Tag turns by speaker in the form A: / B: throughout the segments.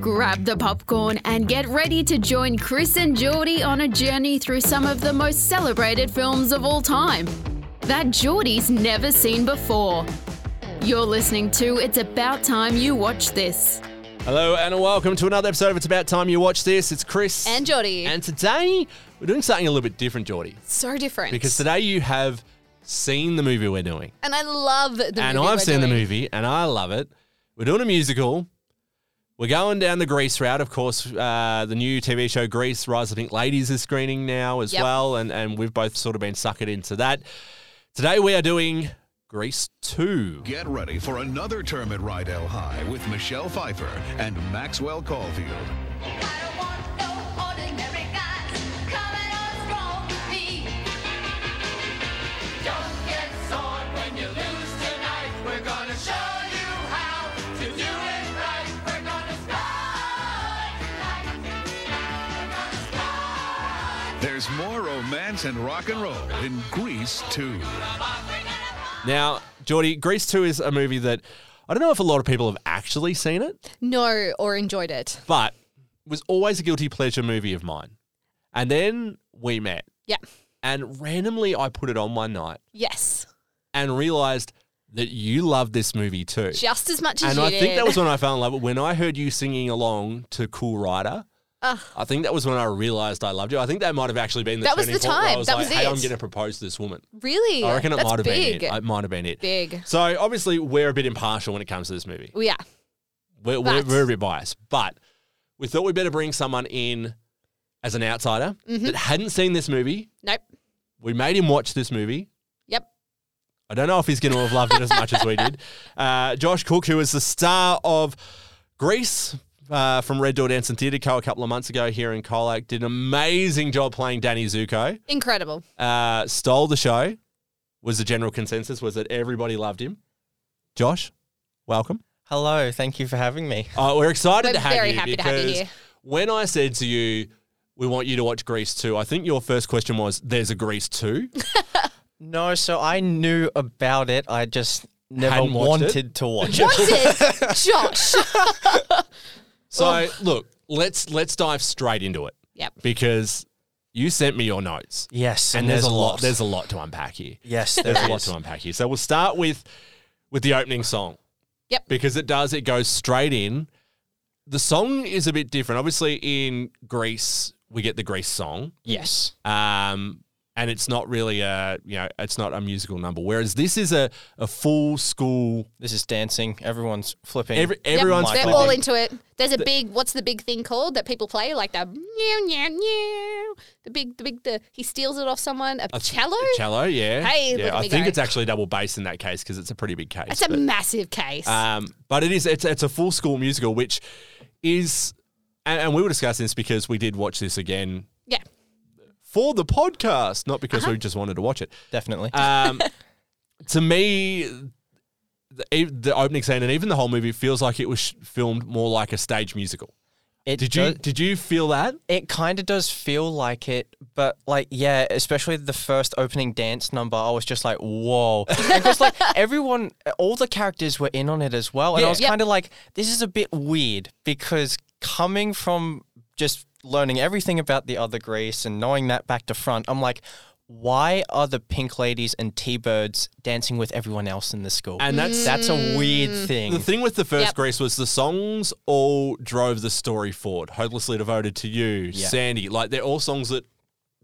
A: Grab the popcorn and get ready to join Chris and Geordie on a journey through some of the most celebrated films of all time that Geordie's never seen before. You're listening to It's About Time You Watch This.
B: Hello and welcome to another episode of It's About Time You Watch This. It's Chris
C: And Geordie.
B: And today we're doing something a little bit different, Geordie,
C: so different.
B: because today you have seen the movie we're doing,
C: and I love the movie.
B: and
C: we're
B: I've seen the
C: doing.
B: movie, and I love it. We're doing a musical. We're going down the Grease route, of course. Uh, the new TV show Grease, Rise of Pink Ladies, is screening now as
C: Yep.
B: well, and and we've both sort of been suckered into that. Today we are doing Grease Two.
D: Get ready for another term at Rydell High with Michelle Pfeiffer and Maxwell Caulfield.
E: I don't want no ordinary guys coming on strong with me. Don't get sore when you lose tonight. We're gonna show you how to do it right. We're gonna strike
D: There's more romance and rock and roll in Grease 2.
B: Now, Geordie, Grease 2 is a movie that I don't know if a lot of people have actually seen it,
C: No, or enjoyed it.
B: but was always a guilty pleasure movie of mine. And then we met,
C: Yeah.
B: and randomly I put it on one night
C: Yes.
B: and realized that you loved this movie too.
C: Just as much as
B: and
C: you
B: I
C: did.
B: think that was when I fell in love with when I heard you singing along to Cool Rider.
C: Ugh.
B: I think that was when I realized I loved you. I think that might have actually been the
C: That was
B: turning
C: the
B: point where I
C: time.
B: was
C: That
B: like,
C: was
B: "Hey,
C: it.
B: I'm going to propose to this woman."
C: really.
B: I reckon it
C: That's
B: might have
C: big.
B: been it. It might have been it.
C: Big.
B: So obviously we're a bit impartial when it comes to this movie.
C: Well, yeah.
B: We're, we're,
C: But-
B: we're a bit biased, but we thought we'd better bring someone in as an outsider that hadn't seen this movie.
C: Nope.
B: We made him watch this movie.
C: Yep.
B: I don't know if he's going to have loved it as much as we did. Uh, Josh Cook, who is the star of Grease uh, from Red Door Dance and Theatre Co. a couple of months ago here in Colac, did an amazing job playing Danny Zuko.
C: Incredible.
B: Uh, stole the show. Was the general consensus was that everybody loved him. Josh, welcome.
F: Hello, thank you for having me.
B: Oh, we're excited
C: We're
B: to have
C: very
B: you
C: happy to
B: because
C: have you here.
B: when I said to you, we want you to watch Grease 2, I think your first question was, there's a Grease 2?
F: No, so I knew about it. I just never
B: Hadn't watched
F: wanted to watch it.
C: What's it? Josh.
B: so,
C: Oh.
B: look, let's let's dive straight into it
C: yep.
B: because you sent me your notes.
F: Yes,
B: And, there's, a lot. There's a lot to unpack here.
F: yes,
B: There's a
F: there
B: lot
F: is.
B: to unpack here. So we'll start with with the opening song.
C: Yep.
B: Because it does it goes straight in. The song is a bit different. Obviously in Greece we get the Greece song.
F: Yes,
B: um, and it's not really a you know it's not a musical number. Whereas this is a, a full school.
F: this is dancing. Everyone's flipping.
B: Every,
C: Yep.
B: everyone's
C: They're
F: flipping.
C: all into it. There's a big. What's the big thing called that people play? Like the meow, meow, meow. The big, the big. The he steals it off someone. A, cello.
B: cello, yeah,
C: Hey, look
B: yeah.
C: at
B: I
C: me
B: think
C: go.
B: it's actually double bass in that case because it's a pretty big case.
C: That's a
B: but-
C: massive case.
B: Um, but it is it's it's a full school musical, which is, and, and we were discussing this because we did watch this again
C: yeah.
B: for the podcast, not because
C: Uh-huh.
B: we just wanted to watch it.
F: definitely.
B: Um, to me, the, e- the opening scene and even the whole movie feels like it was sh- filmed more like a stage musical.
F: it
B: Did you
F: does-
B: did you feel that?
F: It kind of does feel like it, but like yeah, especially the first opening dance number. I was just like, whoa, because like everyone, all the characters were in on it as well, and
B: Yeah.
F: I was
C: Yep.
F: kind of like, this is a bit weird because coming from just learning everything about the other Greece and knowing that back to front, I'm like. Why are the pink ladies and T-birds dancing with everyone else in the school?
B: And that's-
F: that's a weird
B: The
F: thing.
B: thing with the first
C: Yep.
B: Grease was the songs all drove the story forward. Hopelessly devoted to you,
F: Yeah.
B: Sandy. Like they're all songs that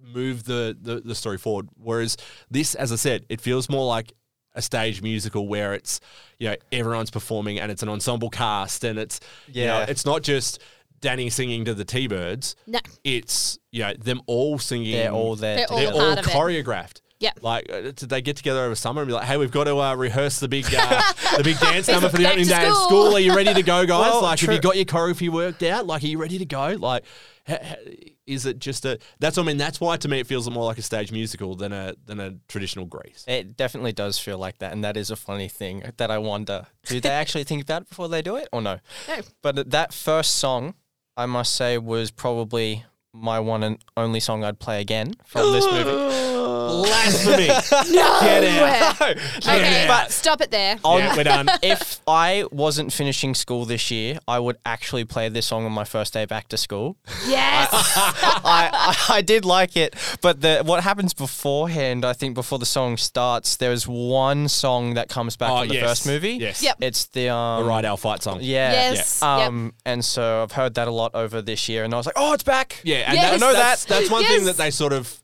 B: move the, the the story forward. Whereas this, as I said, it feels more like a stage musical where it's you know everyone's performing and it's an ensemble cast and it's you know,
F: Yeah.
B: it's not just Danny singing to the T Birds.
C: No.
B: It's you know them all singing.
F: They're all there.
C: They're all
B: They're
F: together.
B: all
C: part of it.
B: choreographed.
C: Yep.
B: Like, uh, did they get together over summer and be like, "Hey, we've got to uh, rehearse the big, uh, the big dance number for the
C: Back
B: opening
C: to
B: day of
C: school."
B: school? Are you ready to go, guys?
F: Well,
B: like, have you
F: true.
B: got your choreography worked out? Like, are you ready to go? Like, ha- ha- is it just a? That's what I mean. That's why to me it feels more like a stage musical than a than a traditional Grease.
F: It definitely does feel like that, and that is a funny thing that I wonder: do they actually think about it before they do it, or no?
C: No.
F: But that first song, I must say, was probably my one and only song I'd play again from this movie.
B: Blasphemy. Get out.
C: Where? okay,
F: But-
C: stop it there.
F: On-
B: Yeah, we're done.
F: if I wasn't finishing school this year, I would actually play this song on my first day back to school.
C: Yes.
F: I, I, I did like it, but the what happens beforehand, I think before the song starts, there's one song that comes back
B: Oh,
F: from the
B: yes.
F: first movie.
B: Yes.
C: Yep.
F: It's the um
B: Right, our fight song.
F: Yeah.
C: Yes. Yep.
F: Um and so I've heard that a lot over this year and I was like, "Oh, it's back."
B: Yeah, and
C: Yes.
B: that,
C: I know
B: that's,
C: that.
B: that's one thing
C: Yes.
B: that they sort of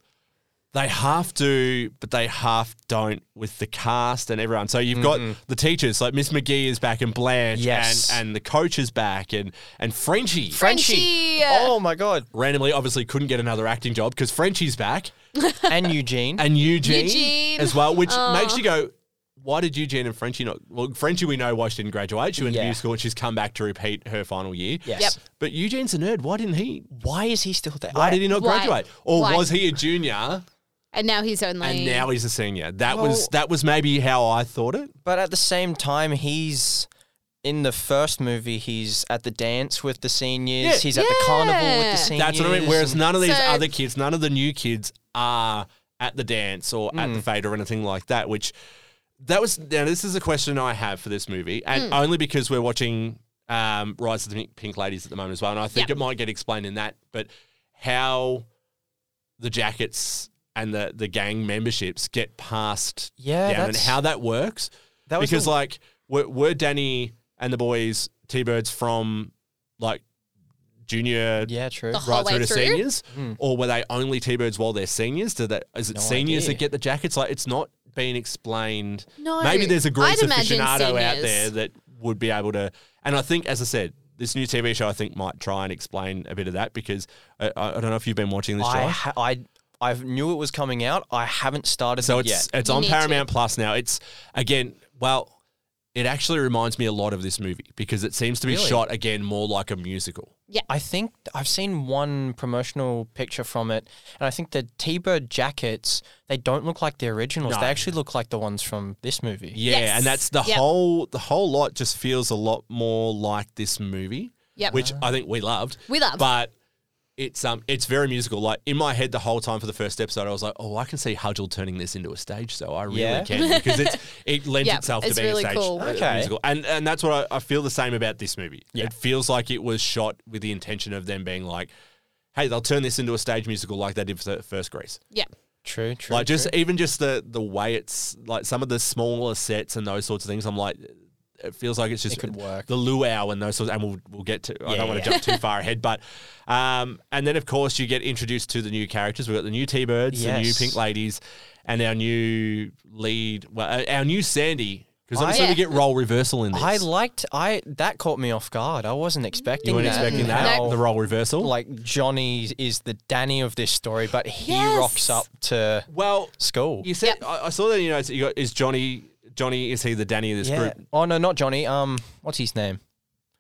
B: they half do, but they half don't with the cast and everyone. So you've got the teachers, like Miss McGee is back and Blanche,
F: Yes.
B: and and the coach is back, and and Frenchie
C: Frenchie.
F: Oh my god.
B: randomly obviously couldn't get another acting job because Frenchie's back
F: And Eugene.
B: and Eugene,
C: Eugene. Oh.
B: as well, which makes you go. Why did Eugene and Frenchie not? Well, Frenchie we know why she didn't graduate. She went to
F: Yeah.
B: new school and she's come back to repeat her final year.
F: yes.
C: Yep.
B: But Eugene's a nerd. Why didn't he?
F: Why is he still there?
B: Why
F: I-
B: did he not
C: Why?
B: graduate? Or
C: Why?
B: was he a junior
C: And now he's only.
B: and now he's a senior? That was
F: Well-
B: that was maybe how I thought it.
F: But at the same time, he's in the first movie. He's at the dance with the seniors.
B: Yeah.
F: He's at the carnival with
C: Yeah.
F: the seniors.
B: That's what I mean. Whereas
F: and-
B: none of these
C: So-
B: other kids, none of the new kids are at the dance or at
F: Mm.
B: the fade or anything like that, which that was now this is a question I have for this movie. And only because we're watching um, Rise of the Pink- Pink Ladies at the moment as well. And I think
C: Yep.
B: it might get explained in that, but how the jackets and the, the gang memberships get passed down
F: Yeah,
B: and
F: that's-
B: how that works.
F: That was
B: because
F: the-
B: like were, were Danny and the boys T Birds from like junior
F: yeah, true.
C: The-
B: right
C: whole
B: through
C: way
B: to
C: through?
B: seniors,
F: Hmm.
B: or were they only T-birds while they're seniors? Do that is it seniors
F: idea.
B: that get the jackets? Like it's not been explained.
C: No,
B: maybe there's a group
C: I'd imagine
B: aficionado out
C: seniors.
B: there that would be able to. And I think, as I said, this new TV show I think might try and explain a bit of that because uh, I, I I don't know if you've been watching this.
F: I,
B: Josh.
F: ha- I I knew it was coming out. I haven't started
B: So
F: it
B: it's
F: yet.
B: it's
C: You
B: on
C: need to.
B: Paramount Plus now. It's again, well, it actually reminds me a lot of this movie because it seems to be
F: Really?
B: shot again more like a musical.
F: I think I've seen one promotional picture from it, and I think the T-Bird jackets they don't look like the originals.
B: No.
F: They actually look like the ones from this movie.
B: Yeah,
C: Yes.
B: and that's the
C: Yep.
B: whole the whole lot just feels a lot more like this movie.
C: Yep.
B: Which
F: Ah.
B: I think we loved.
C: We loved.
B: But it's um it's very musical. Like in my head the whole time for the first episode I was like, Oh, I can see Hudgel turning this into a stage show. I really
F: Yeah.
B: can because it's it lends
C: Yep,
B: itself
C: it's
B: to being
C: really
B: a stage
C: cool.
B: uh,
F: Okay.
B: musical. And and that's what I, I feel the same about this movie. It feels like it was shot with the intention of them being like, Hey, they'll turn this into a stage musical like they did for the first Grease.
C: Yeah.
F: True, true.
B: Like just even just the the way it's like some of the smaller sets and those sorts of things. I'm like, it feels like it's just
F: could work.
B: the luau and those sorts. And we'll we'll get to. I
F: Yeah,
B: don't want
F: yeah.
B: to jump too far ahead, but um, and then of course you get introduced to the new characters. We've got the new T Birds, the new
F: Yes.
B: Pink Ladies, and our new lead. Well, uh, our new Sandy. Because
F: I-
B: obviously we get
C: Yeah.
B: role reversal in this.
F: I liked I that caught me off guard. I wasn't expecting
B: you weren't
F: that.
B: expecting that
F: How-
B: the role reversal.
F: like Johnny is the Danny of this story, but he
C: Yes.
F: rocks up to
B: well,
F: school.
B: you said
C: Yep.
B: I, I saw that. You know, you got is Johnny. Johnny is he the Danny of this
F: Yeah.
B: group?
F: Oh no, not Johnny. Um, what's his name?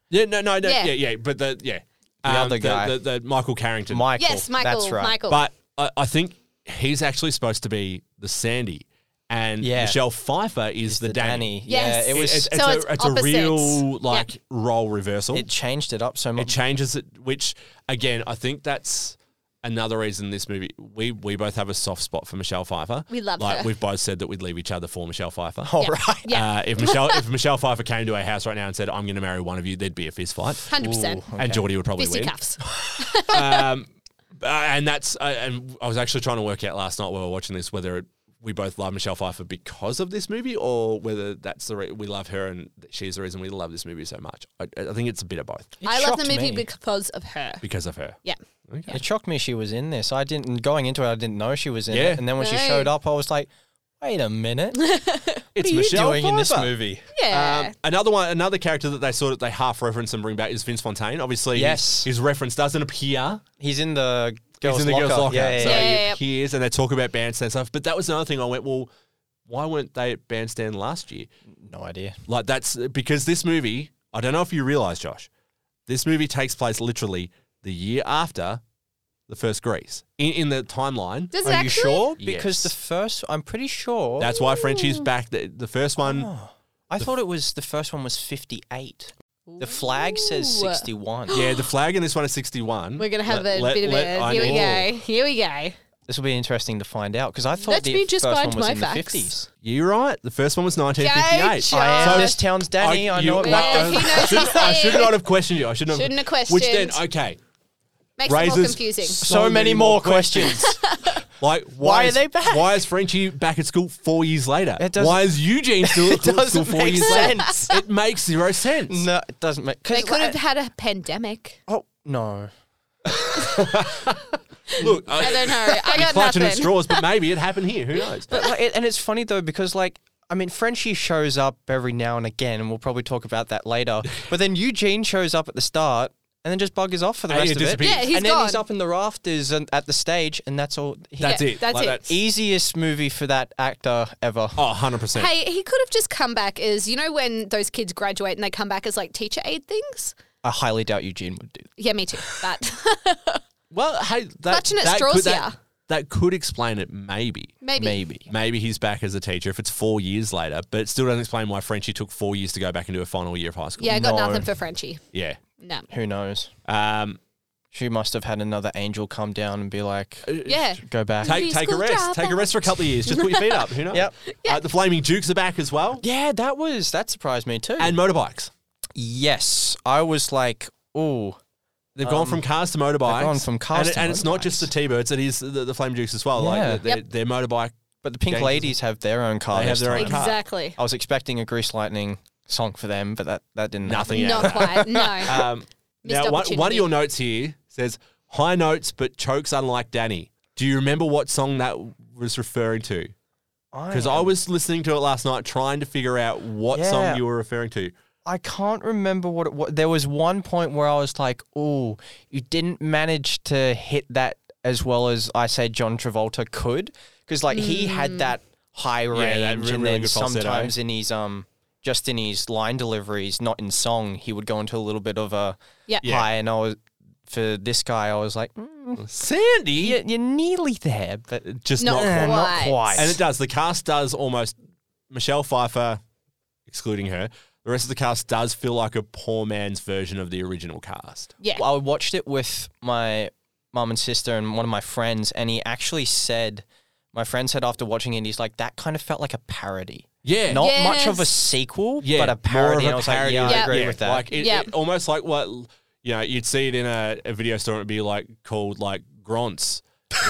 B: Yeah, no, no, no, yeah,
C: Yeah.
B: yeah, but the yeah, Um,
F: The other guy.
B: the, the Michael Carrington.
F: Michael.
C: Yes, Michael.
F: That's right.
C: Michael.
B: But I, I think he's actually supposed to be the Sandy, and
F: Yeah.
B: Michelle Pfeiffer is the,
F: The
B: Danny.
F: Danny.
C: Yes.
F: Yeah, it was.
B: It's,
F: It,
B: it's
C: So
B: a,
C: it's
B: it's a real
C: opposites.
B: like role reversal. It,
F: changed it up so much.
B: changes it, which again, I think that's another reason this movie. We we both have a soft spot for Michelle Pfeiffer.
C: We love
B: like
C: her.
B: we've both said that we'd leave each other for Michelle Pfeiffer.
F: All
C: Yeah.
F: right.
C: Yeah.
B: Uh, if Michelle if Michelle Pfeiffer came to our house right now and said, "I'm going to marry one of you," there'd be a fist fight.
C: 100%.
B: And Geordie would probably win.
C: Fisticuffs.
B: Um, uh, and that's uh, and I was actually trying to work out last night while we were watching this whether it, we both love Michelle Pfeiffer because of this movie or whether that's the re- we love her and she's the reason we love this movie so much. I, I think it's a bit of both
F: It
C: I love the
F: shocked
C: movie
F: me.
C: because of her.
B: because of her.
C: Yeah.
F: It shocked me she was in this. I didn't going into it. I didn't know she was in
B: Yeah.
F: it. And then when she
C: No.
F: showed up, I was like, wait a minute.
B: It's
F: are you
B: Michelle
F: doing in this
B: Pfeiffer.
F: movie?
C: Yeah.
B: Um, another one, another character that they sort of they half reference and bring back is Vince Fontaine. Obviously, his-
F: Yes.
B: his, reference doesn't appear.
F: He's in the girls'
B: he's in the
F: locker.
B: girls' locker,
F: Yeah, yeah,
B: so
F: yeah.
C: yeah.
B: he appears, and they talk about bandstand stuff. But that was another thing I went, well, why weren't they at bandstand last year?
F: No idea.
B: Like that's because this movie, I don't know if you realize, Josh, this movie takes place literally the year after the first Grease in, in the timeline.
C: Does it
F: Are
C: actually?
F: you sure?
B: Yes.
F: Because the first, I'm pretty sure.
B: That's why Frenchie's back. The, the first one,
F: Oh. I thought it was the first one was 58. The flag says
C: Ooh.
F: 61.
B: yeah, the flag in this one is 61.
C: We're going to have
B: Let-
C: a
B: let-
C: bit of
B: let-
C: a.
B: I
C: Here we
B: know.
C: go. Here we go.
F: This will be interesting to find out because I thought
C: Let
F: the
C: me just
F: first
C: find
F: one was
C: my
F: in
C: facts.
F: the 50s.
B: You're right. The first one was 1958.
C: Go,
F: I am
C: So-
F: this town's daddy. I, know it
B: you-
C: Yeah,
F: back
C: he knows
B: I, should,
C: his
B: I should
C: thing.
B: not have questioned you. I shouldn't have.
C: Shouldn't have
B: Which then,
C: questioned.
B: okay,
C: Makes it more
B: raises
C: confusing.
F: So many more questions.
B: Like, why,
F: Why are
B: is,
F: they back?
B: Why is Frenchie back at school four years later?
F: It doesn't-
B: why is Eugene still at
F: It
B: school
F: doesn't
B: four
F: make
B: years
F: sense.
B: later? It makes zero sense.
F: no, it doesn't make.
C: They
F: Cause
C: could have
F: like-
C: had a pandemic.
F: Oh no.
B: Look, I,
C: I don't know. I got
B: clutching
C: nothing.
B: at straws, but maybe it happened here. Who knows?
F: But like, it- and it's funny though because like I mean Frenchie shows up every now and again, and we'll probably talk about that later. But then Eugene shows up at the start, and then just buggers off for the
B: And
F: rest
B: he
F: of
B: disappears.
F: it.
C: Yeah, he's
F: and then he's
C: gone.
F: up in the rafters and at the stage, and that's all. He,
B: That's
C: Yeah,
B: it.
C: that's
B: like, e-
C: it.
F: easiest movie for that actor ever.
B: oh, 100%.
C: Hey, he could have just come back as you know when those kids graduate and they come back as like teacher aid things.
F: I highly doubt Eugene would do.
C: Yeah, me too. That
B: Well, hey, that,
C: Clutching at
B: that
C: straws
B: could, that,
C: here.
B: that could explain it, maybe.
C: maybe.
F: Maybe.
B: Maybe he's back as a teacher if it's four years later, but it still doesn't explain why Frenchie took four years to go back into her final year of high school.
C: Yeah, I got
F: No.
C: nothing for Frenchie.
B: Yeah.
C: No.
F: Who knows?
B: Um,
F: She must have had another angel come down and be like,
C: Yeah.
F: "Go back."
B: Uh, take
C: Be
B: take a
C: school
B: rest. Take a
C: dropout.
B: rest for a couple of years. Just put your feet up. Who knows?
F: Yep.
B: Uh, the Flaming Dukes are back as well,
F: yeah, that was that surprised me too.
B: and motorbikes.
F: yes, I was like, "Oh,
B: They've gone from cars to motorbikes.
F: Um, gone from cars
B: and, it-
F: to
B: and it's not just the
F: motorbikes.
B: T-birds. It is the, the Flaming Dukes as well.
F: Yeah.
B: Like their,
C: Yep.
B: their motorbike.
F: But the Pink
B: Gangs.
F: Ladies have their own car.
B: They have
F: this
B: their own
F: time.
B: car.
C: Exactly.
F: I was expecting a Grease Lightning song for them, but that, that didn't happen.
B: Nothing.
C: Not
B: out.
C: quite. No.
B: Um, now,
C: Missed
B: one, one of
C: opportunity.
B: your notes here says high notes but chokes unlike Danny. Do you remember what song that was referring to? Because I was listening to it last night, trying to figure out what
F: Yeah.
B: song you were referring to.
F: I can't remember what it was. There was one point where I was like, "Oh, you didn't manage to hit that as well as I say John Travolta could," because like he
C: Hmm.
F: had that high range,
B: that re-
F: and
B: really
F: then
B: good falsetto.
F: sometimes in his um just in his line deliveries, not in song, he would go into a little bit of a
C: Yeah. Yeah.
F: high. And I was for this guy, I was like, mm,
B: Sandy,
F: you- "You're nearly there, but
B: just not
C: Not
B: quite.
F: eh, not
C: Quite.
F: quite."
B: And it does. The cast does almost Michelle Pfeiffer, excluding her. The rest of the cast does feel like a poor man's version of the original cast.
C: yeah.
F: I watched it with my mum and sister and one of my friends, and he actually said, my friend said after watching it, he's like, that kind of felt like a parody.
B: Yeah.
F: Not much of a
C: Yes.
F: sequel,
B: yeah,
F: but a parody.
B: More of
F: And I
B: a
F: was
B: parody.
F: like, yeah, I
C: Yeah.
F: agree
B: Yeah,
F: with that.
B: Like it,
C: Yeah.
B: it- almost like what you know, you'd see it in a, a video store and it'd be like called like Grunts.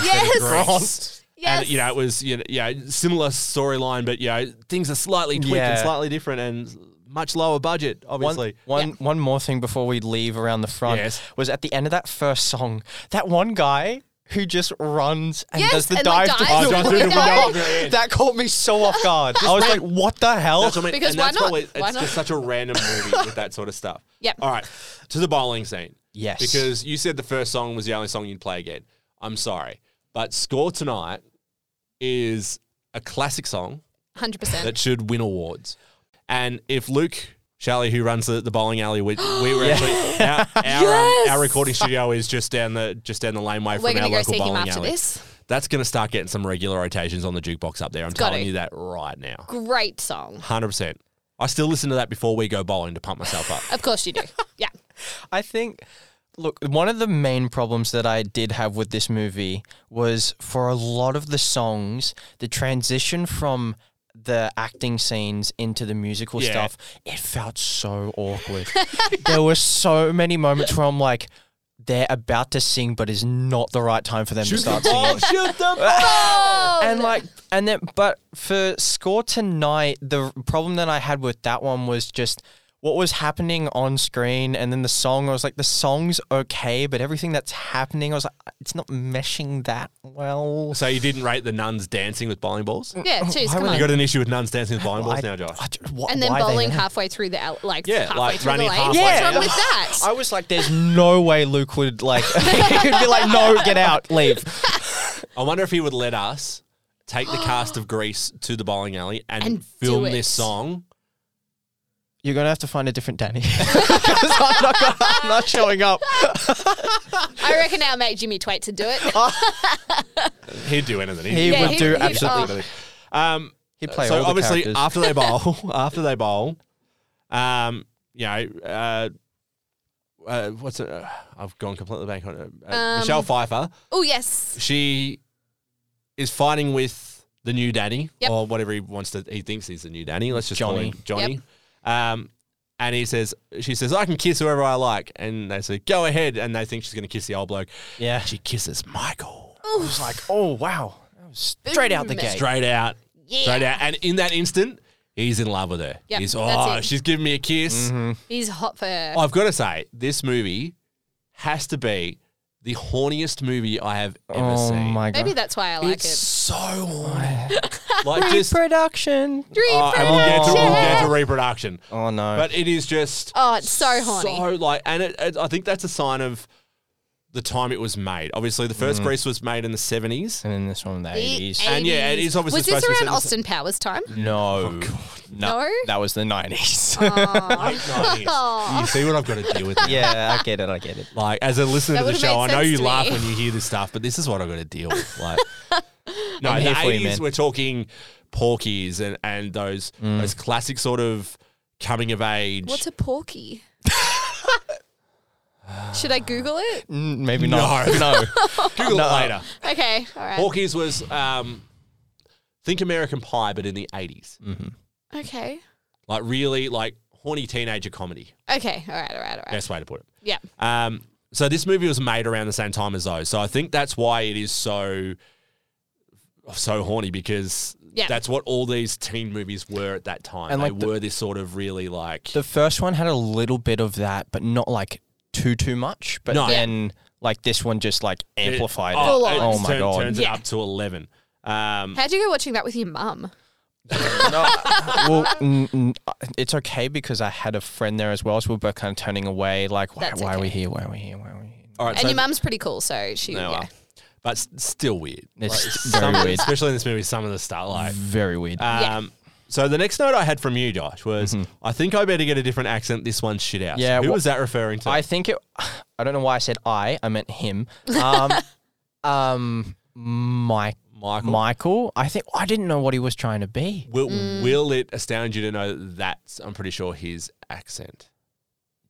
C: Yes.
B: Grunts.
C: Yes.
B: And you know, it was you know, yeah, similar storyline, but you know, things are slightly tweaked and
F: Yeah.
B: slightly different and much lower budget, obviously.
F: one, one, one more thing before we leave around the front
B: Yes.
F: was at the end of that first song, that one guy who just runs and
C: Yes,
F: does the
C: and, like,
F: dive to
C: dives
B: Oh,
F: the
B: does through the
F: window.
B: window. Yeah, yeah.
F: That caught me so off guard. I was like, what the hell?
B: That's what I mean.
C: Because
B: and
C: why
B: that's
C: not?
B: Probably, it's
C: Why not?
B: just such a random movie with that sort of stuff.
C: Yep.
B: All right. To the bowling scene.
F: Yes.
B: Because you said the first song was the only song you'd play again. I'm sorry. But Score Tonight is a classic song
C: Hundred percent.
B: that should win awards. And if Luke Shally, who runs the, the bowling alley, we, we were actually our, our, um, our recording studio is just down the just down the laneway
C: We're
B: from our
C: gonna go
B: local
C: see him
B: bowling
C: after
B: alley.
C: this.
B: That's going to start getting some regular rotations on the jukebox up there. I'm
C: got
B: telling
C: to.
B: you that right now.
C: Great song.
B: Hundred percent. I still listen to that before we go bowling to pump myself up.
C: Of course you do. Yeah.
F: I think, look, one of the main problems that I did have with this movie was for a lot of the songs, the transition from the acting scenes into the musical
B: Yeah.
F: stuff, it felt so awkward. there were so many moments where I'm like, they're about to sing, but it's not the right time for them to start singing.
B: shoot the ball.
F: And like, and then, but for score tonight, the problem that I had with that one was just what was happening on screen, and then the song. I was like, the song's okay, but everything that's happening, I was like, "Uh, it's not meshing that well.
B: So you didn't rate the nuns dancing with bowling balls? You
C: Yeah. Cheers. Come
F: would
C: on.
B: got an issue with nuns dancing with bowling
F: I-
B: balls now, Josh?
F: I ju- wh-
C: and then
F: why they
C: bowling
F: there?
C: halfway through the out, like
B: Yeah,
C: halfway
B: like
C: through
B: running
C: the lane.
B: halfway
C: What's
F: Yeah.
C: wrong with that?
F: I was like, there's no way Luke would like. he'd be like, no, get out, leave.
B: I wonder if he would let us take the cast of Greece to the bowling alley and,
C: And
B: film
C: do it.
B: this song.
F: You're gonna have to find a different Danny. 'Cause I'm not, gonna- I'm not showing up.
C: I reckon our mate Jimmy Twait to do it.
B: Oh. He'd do anything. He'd
F: He
B: do
C: Yeah,
F: would
C: he-
F: do
C: he-
F: absolutely.
C: oh.
F: nothing.
B: Um,
F: He'd play all
B: so
F: the
B: obviously
F: characters.
B: after they bowl, after they bowl, um, you know, uh, uh, what's it? Uh, I've gone completely blank on it. Uh, Michelle Pfeiffer.
C: oh yes.
B: She is fighting with the new Danny
C: Yep.
B: or whatever he wants to. He thinks he's the new Danny. Let's just call
F: Johnny.
B: him Johnny. Um, and he says, she says, I can kiss whoever I like. And they say, go ahead. And they think she's going to kiss the old bloke.
F: Yeah.
B: She kisses Michael.
F: I was like, oh, wow. That was straight out the
C: Boom.
F: gate.
B: Straight out.
C: Yeah.
B: Straight out. And in that instant, he's in love with her.
C: Yep,
B: he's,
C: that's
B: oh,
C: it.
B: she's giving me a kiss.
F: Mm-hmm.
C: He's hot for her.
B: I've got to say, this movie has to be the horniest movie I have ever
F: oh,
B: seen.
F: my God.
C: Maybe that's why I like
B: it's
C: it.
B: so horny. like just,
F: Reproduction.
B: oh, and we'll get to we'll get to
C: Reproduction.
B: reproduction,
F: Oh, no.
B: but it is just
C: Oh, it's so horny.
B: So like, and it, it, I think that's a sign of the time it was made. Obviously, the
F: Mm.
B: first Grease was made in the seventies.
F: and then this one in the
C: The
F: 80s.
B: And yeah, it
C: 80s.
B: is obviously
C: Was this
B: supposed to be
C: around
B: set in-
C: Austin Powers time?
F: No. no.
C: No? Oh.
F: That was the 90s.
B: Late 90s.
C: Aw.
B: You see what I've got to deal with. now?
F: yeah, I get it. I get it.
B: Like as a listener
C: That
B: to the
C: would've
B: show, I
C: made
B: know
C: sense
B: you
C: to
B: laugh
C: me.
B: when you hear this stuff, but this is what I've got to deal with. Like, no,
F: I'm
B: in the
F: here for you,
B: eighties,
F: man.
B: we're talking Porkies and and those
F: Mm.
B: those classic sort of coming of age.
C: What's a porky? Should I Google it?
F: Mm, Maybe not. No.
B: Google
F: No.
B: it later.
C: Okay, all right.
B: Porkies was um, think American Pie, but in the 80s
F: Mm.
C: Okay,
B: like really like horny teenager comedy.
C: okay, all right, all right, all right.
B: Best way to put it.
C: Yeah,
B: Um, so this movie was made around the same time as those, so I think that's why it is so so horny because
C: Yeah.
B: that's what all these teen movies were at that time.
F: And,
B: they
F: like, the-
B: were this sort of really like
F: the first one had a little bit of that, but not like too, too much. But
B: No.
F: then, like, this one just like amplified it.
C: Full on.
F: Oh,
B: it's
F: my
B: turned-
F: God.
B: Turns
C: Yeah.
B: it up to eleven. Um,
C: how'd you go watching that with your mum?
F: well, n- n- it's okay because I had a friend there as well, so we are both kind of turning away, like, why,
C: That's
F: why are we
C: okay.
F: here? Why are we here? Why are we here?
B: all right,
C: And
B: so-
C: your mum's pretty cool, so she.
B: No,
C: yeah.
B: well, but s- still weird.
F: It's
B: Some-
F: very weird. Mm-hmm.
B: especially in this movie. Some of the stuff like
F: Very weird.
C: Yeah.
B: Um, So the next note I had from you, Josh, was I think I better get a different accent. This one's shit out.
F: Mm-hmm. Yeah,
B: Who
F: wha-
B: was that referring to?
F: I think it, I don't know why I said I, I meant him. Um, um, Mike,
B: Michael.
F: Michael, I think, I didn't know what he was trying to be.
B: will,
C: Mm.
B: will it astound you to know that that's? I'm pretty sure his accent.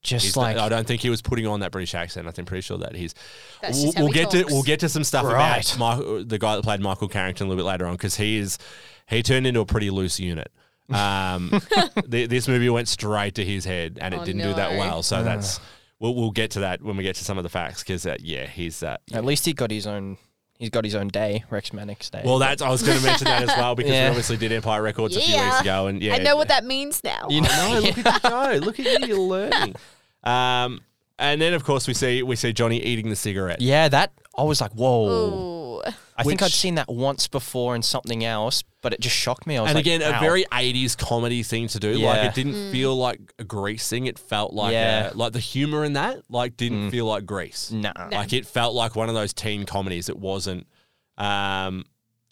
F: Just
B: He's
F: like,
B: I don't think he was putting on that British accent. I think pretty sure that he's.
C: That's
B: we'll
C: just how
B: we'll
C: he
B: get to
C: talks.
B: we'll get to some stuff
F: Right.
B: about Michael, the guy that played Michael Carrington a little bit later on because he is he turned into a pretty loose unit. Um, th- this movie went straight to his head and it
C: Oh,
B: didn't do that
C: no.
B: well.
F: Mm.
B: So that's we'll we'll get to that when we get to some of the facts because uh, yeah, he's uh,
F: at least he got his own, he's got his own day, Rex Mannix day.
B: Well, that's I was going to mention that as well because we
F: Yeah.
B: obviously did Empire Records a few
C: Yeah.
B: weeks ago, and yeah,
C: I know what that means now.
F: you know,
B: Oh, No, look at you go! Look at you, you're learning. Um, and then of course we see we see Johnny eating the cigarette.
F: yeah, that, I was like, whoa.
C: Ooh.
F: I think
B: Which-
F: I'd seen that once before in something else, but it just shocked me. I was
B: And
F: like,
B: again,
F: "Ow."
B: a very '80s comedy thing to do. Like
F: Yeah.
B: it didn't feel like a Grease thing. It felt like
F: Yeah. Mm.
B: uh, like the humor in that like didn't feel like Grease.
F: nah.
B: Like it felt like one of those teen comedies. It wasn't. Um,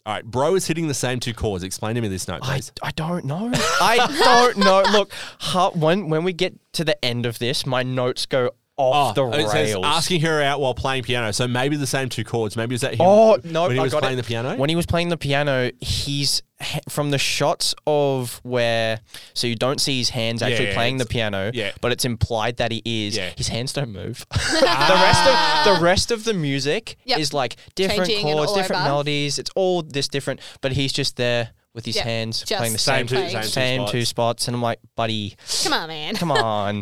B: all right, bro is hitting the same two chords. Explain to me this note,
F: I,
B: please.
F: I don't know. I don't know. Look, ha- when when we get to the end of this, my notes go off the
B: Oh, it
F: rails.
B: says asking her out while playing piano. So maybe the same two chords. Maybe is that him?
F: oh no!
B: when he
F: I
B: was
F: got
B: playing
F: it.
B: the piano.
F: When he was playing the piano, he's he- from the shots of where so you don't see his hands actually
B: yeah,
F: playing the
B: it's-
F: piano,
B: yeah.
F: but it's implied that he is.
B: Yeah.
F: His hands don't move. the rest of the rest of the music
C: Yep.
F: is like different
C: Changing and
F: chords,
C: all
F: different
C: over.
F: melodies. It's all this different, but he's just there with his
C: Yep,
F: hands
C: just
F: playing the
C: Same
F: same
C: two- playing. same
F: same,
C: two
F: two spots, and I'm like, buddy,
C: Come on, man.
F: come on,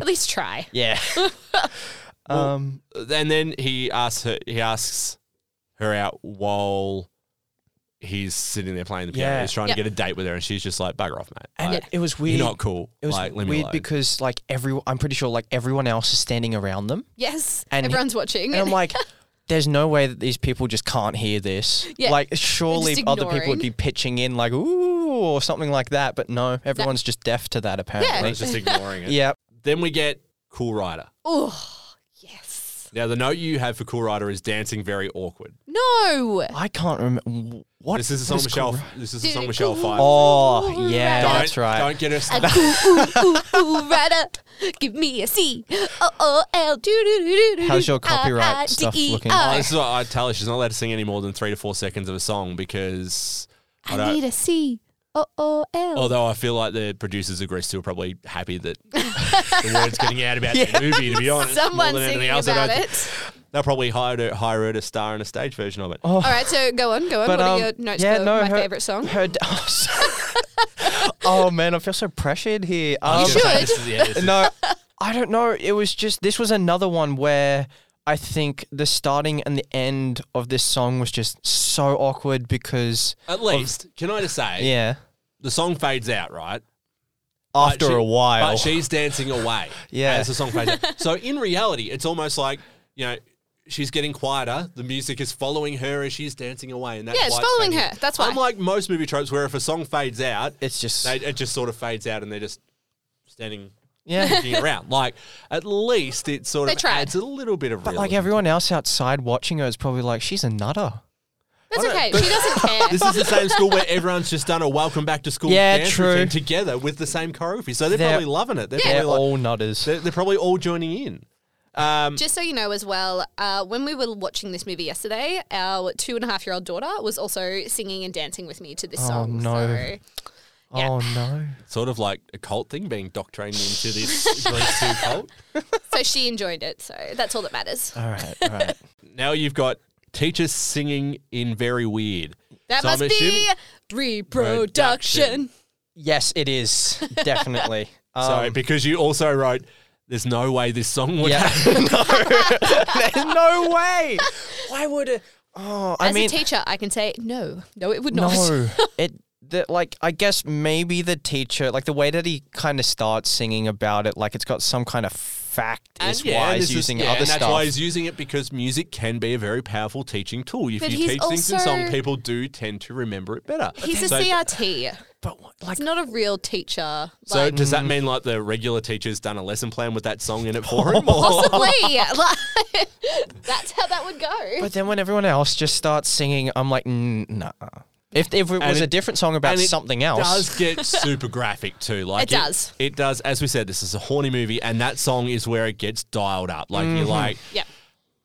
C: At least try.
F: yeah. um,
B: and then he asks her. He asks her out while he's sitting there playing the piano.
F: Yeah.
B: He's trying
C: Yep.
B: to get a date with her, and she's just like, "Bugger off, mate."
F: and
B: Like,
F: it, it was weird.
B: you're not cool.
F: It was
B: like, leave me
F: weird
B: alone.
F: because like every, I'm pretty sure like everyone else is standing around them,
C: Yes.
F: And he-
C: Everyone's watching.
F: and I'm like. There's no way that these people just can't hear this.
C: Yeah,
F: Like, surely
C: just
F: other people
C: ignoring.
F: would be pitching in, like, ooh, or something like that. But no, everyone's just deaf to
B: I
F: that, apparently.
B: was just ignoring it.
F: Yeah.
B: Then we get Cool Rider.
C: Ooh. Yes.
B: Now the note you have for Cool Rider is dancing very awkward.
C: No.
F: I can't remember. What?
B: This is a
F: what
B: song Michelle.
F: called-
B: This is a
C: Dude,
B: song Michelle
C: Cool
B: Five.
F: Oh, yeah,
B: don't,
F: that's right.
B: Don't get her started.
C: ooh, ooh, ooh, right up. Give me a C. O O L. Do, do, do, do, do,
F: How's your
C: do,
F: copyright
C: I, I,
F: stuff
C: D, E,
F: looking?
C: R.
B: Oh, this is what I tell her. She's not allowed to sing any more than three to four seconds of a song because I
C: I
B: don't.
C: need a C. O O L.
B: although I feel like the producers of Grease 2 are probably happy that the word's getting out about the movie. To be honest, more
C: Someone
B: than anything
C: singing
B: else, I
C: about
B: don't-
C: it.
B: They'll probably hire her, hire her to star in a stage version of it.
C: All right, so go on, go on. what are
F: Oh. um,
C: your notes for my
F: her-
C: favorite song?
F: Her, d- oh, sorry. oh, man, I feel so pressured here. Um,
C: should.
B: This is- yeah, this is-
F: No, I don't know. It was just this was another one where I think the starting and the end of this song was just so awkward because
B: At least, can I just say,
F: yeah,
B: the song fades out, right?
F: after
B: she-
F: a while,
B: But she's dancing away.
F: Yeah.
B: As the song fades out. So in reality, it's almost like, you know, she's getting quieter. The music is following her as she's dancing away. And that
C: Yeah, it's
B: quiet's
C: following
B: fading.
C: her. That's why.
B: Unlike most movie tropes where if a song fades out,
F: it's just
B: they, it just sort of fades out and they're just standing
F: yeah.
B: looking around. Like, at least it sort
C: They
B: of
C: tried.
B: adds a little bit of
F: But like
B: realism.
F: everyone else outside watching her is probably like, she's a nutter.
C: That's okay. She doesn't care.
B: This is the same school where everyone's just done a welcome back to school
F: Yeah,
B: dance
F: true.
B: routine together with the same choreography. So they're,
F: They're-
B: probably loving it. They're,
F: They're
B: probably, like,
F: all nutters.
B: they're, they're probably all joining in. Um,
C: Just so you know as well, uh, when we were watching this movie yesterday, our two and a half year old daughter was also singing and dancing with me to this song.
F: no.
C: So
F: Oh no.
B: Sort of like a cult thing being doctrinated into this Grease 2 cult.
C: so she enjoyed it. So that's all that matters.
F: All right, all right.
B: Now you've got teachers singing in very weird.
C: That
B: So I'm
C: must be
B: assuming-
C: reproduction.
F: yes, it is definitely. Um,
B: Sorry, because you also wrote, there's no way this song would
F: Yeah.
B: happen.
F: no. There's no way. Why would it? Oh, I
C: As
F: mean,
C: a teacher, I can say no, no, it would not.
F: no. it that like I guess maybe the teacher like the way that he kind of starts singing about it like it's got some kind of fact is why
B: this
F: he's
B: is-
F: using
B: yeah,
F: other
B: and
F: stuff.
B: That's why he's using it because music can be a very powerful teaching tool. If
C: But
B: you
C: he's
B: teach things in
C: also-
B: song, people do tend to remember it better.
C: He's a
B: So-
C: CRT.
F: but what- like
C: It's not a real teacher.
B: So
C: Like,
B: does that
F: Mm.
B: mean like the regular teacher's done a lesson plan with that song in it for him? or-
C: possibly. like, that's how that would go.
F: But then when everyone else just starts singing, I'm like, mm, nah. If, if it was
B: it-
F: a different song about
B: and it
F: something else,
B: does get super graphic too. Like
C: It does.
B: It does. As we said, this is a horny movie, and that song is where it gets dialed up. Like
F: Mm-hmm.
B: you're like,
C: yeah.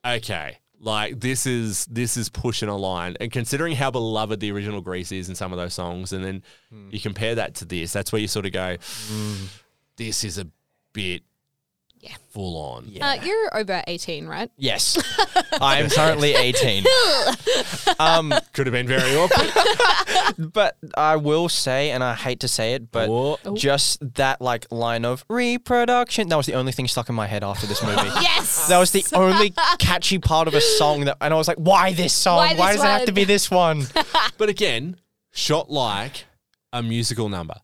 B: okay, like this is this is pushing a line. And considering how beloved the original Grease is in some of those songs, and then
F: Mm.
B: you compare that to this, that's where you sort of go, this is a bit
C: Yeah.
B: full on. Yeah.
C: Uh, you're over 18, right?
F: yes, I am currently 18. um,
B: Could have been very awkward.
F: but I will say, and I hate to say it, but
B: What?
F: just that like line of reproduction that was the only thing stuck in my head after this movie.
C: Yes.
F: That was the only catchy part of a song that, and I was like, "Why this song?
C: Why this
F: does it have to
C: one?"
F: be this one?"
B: But again, shot like a musical number.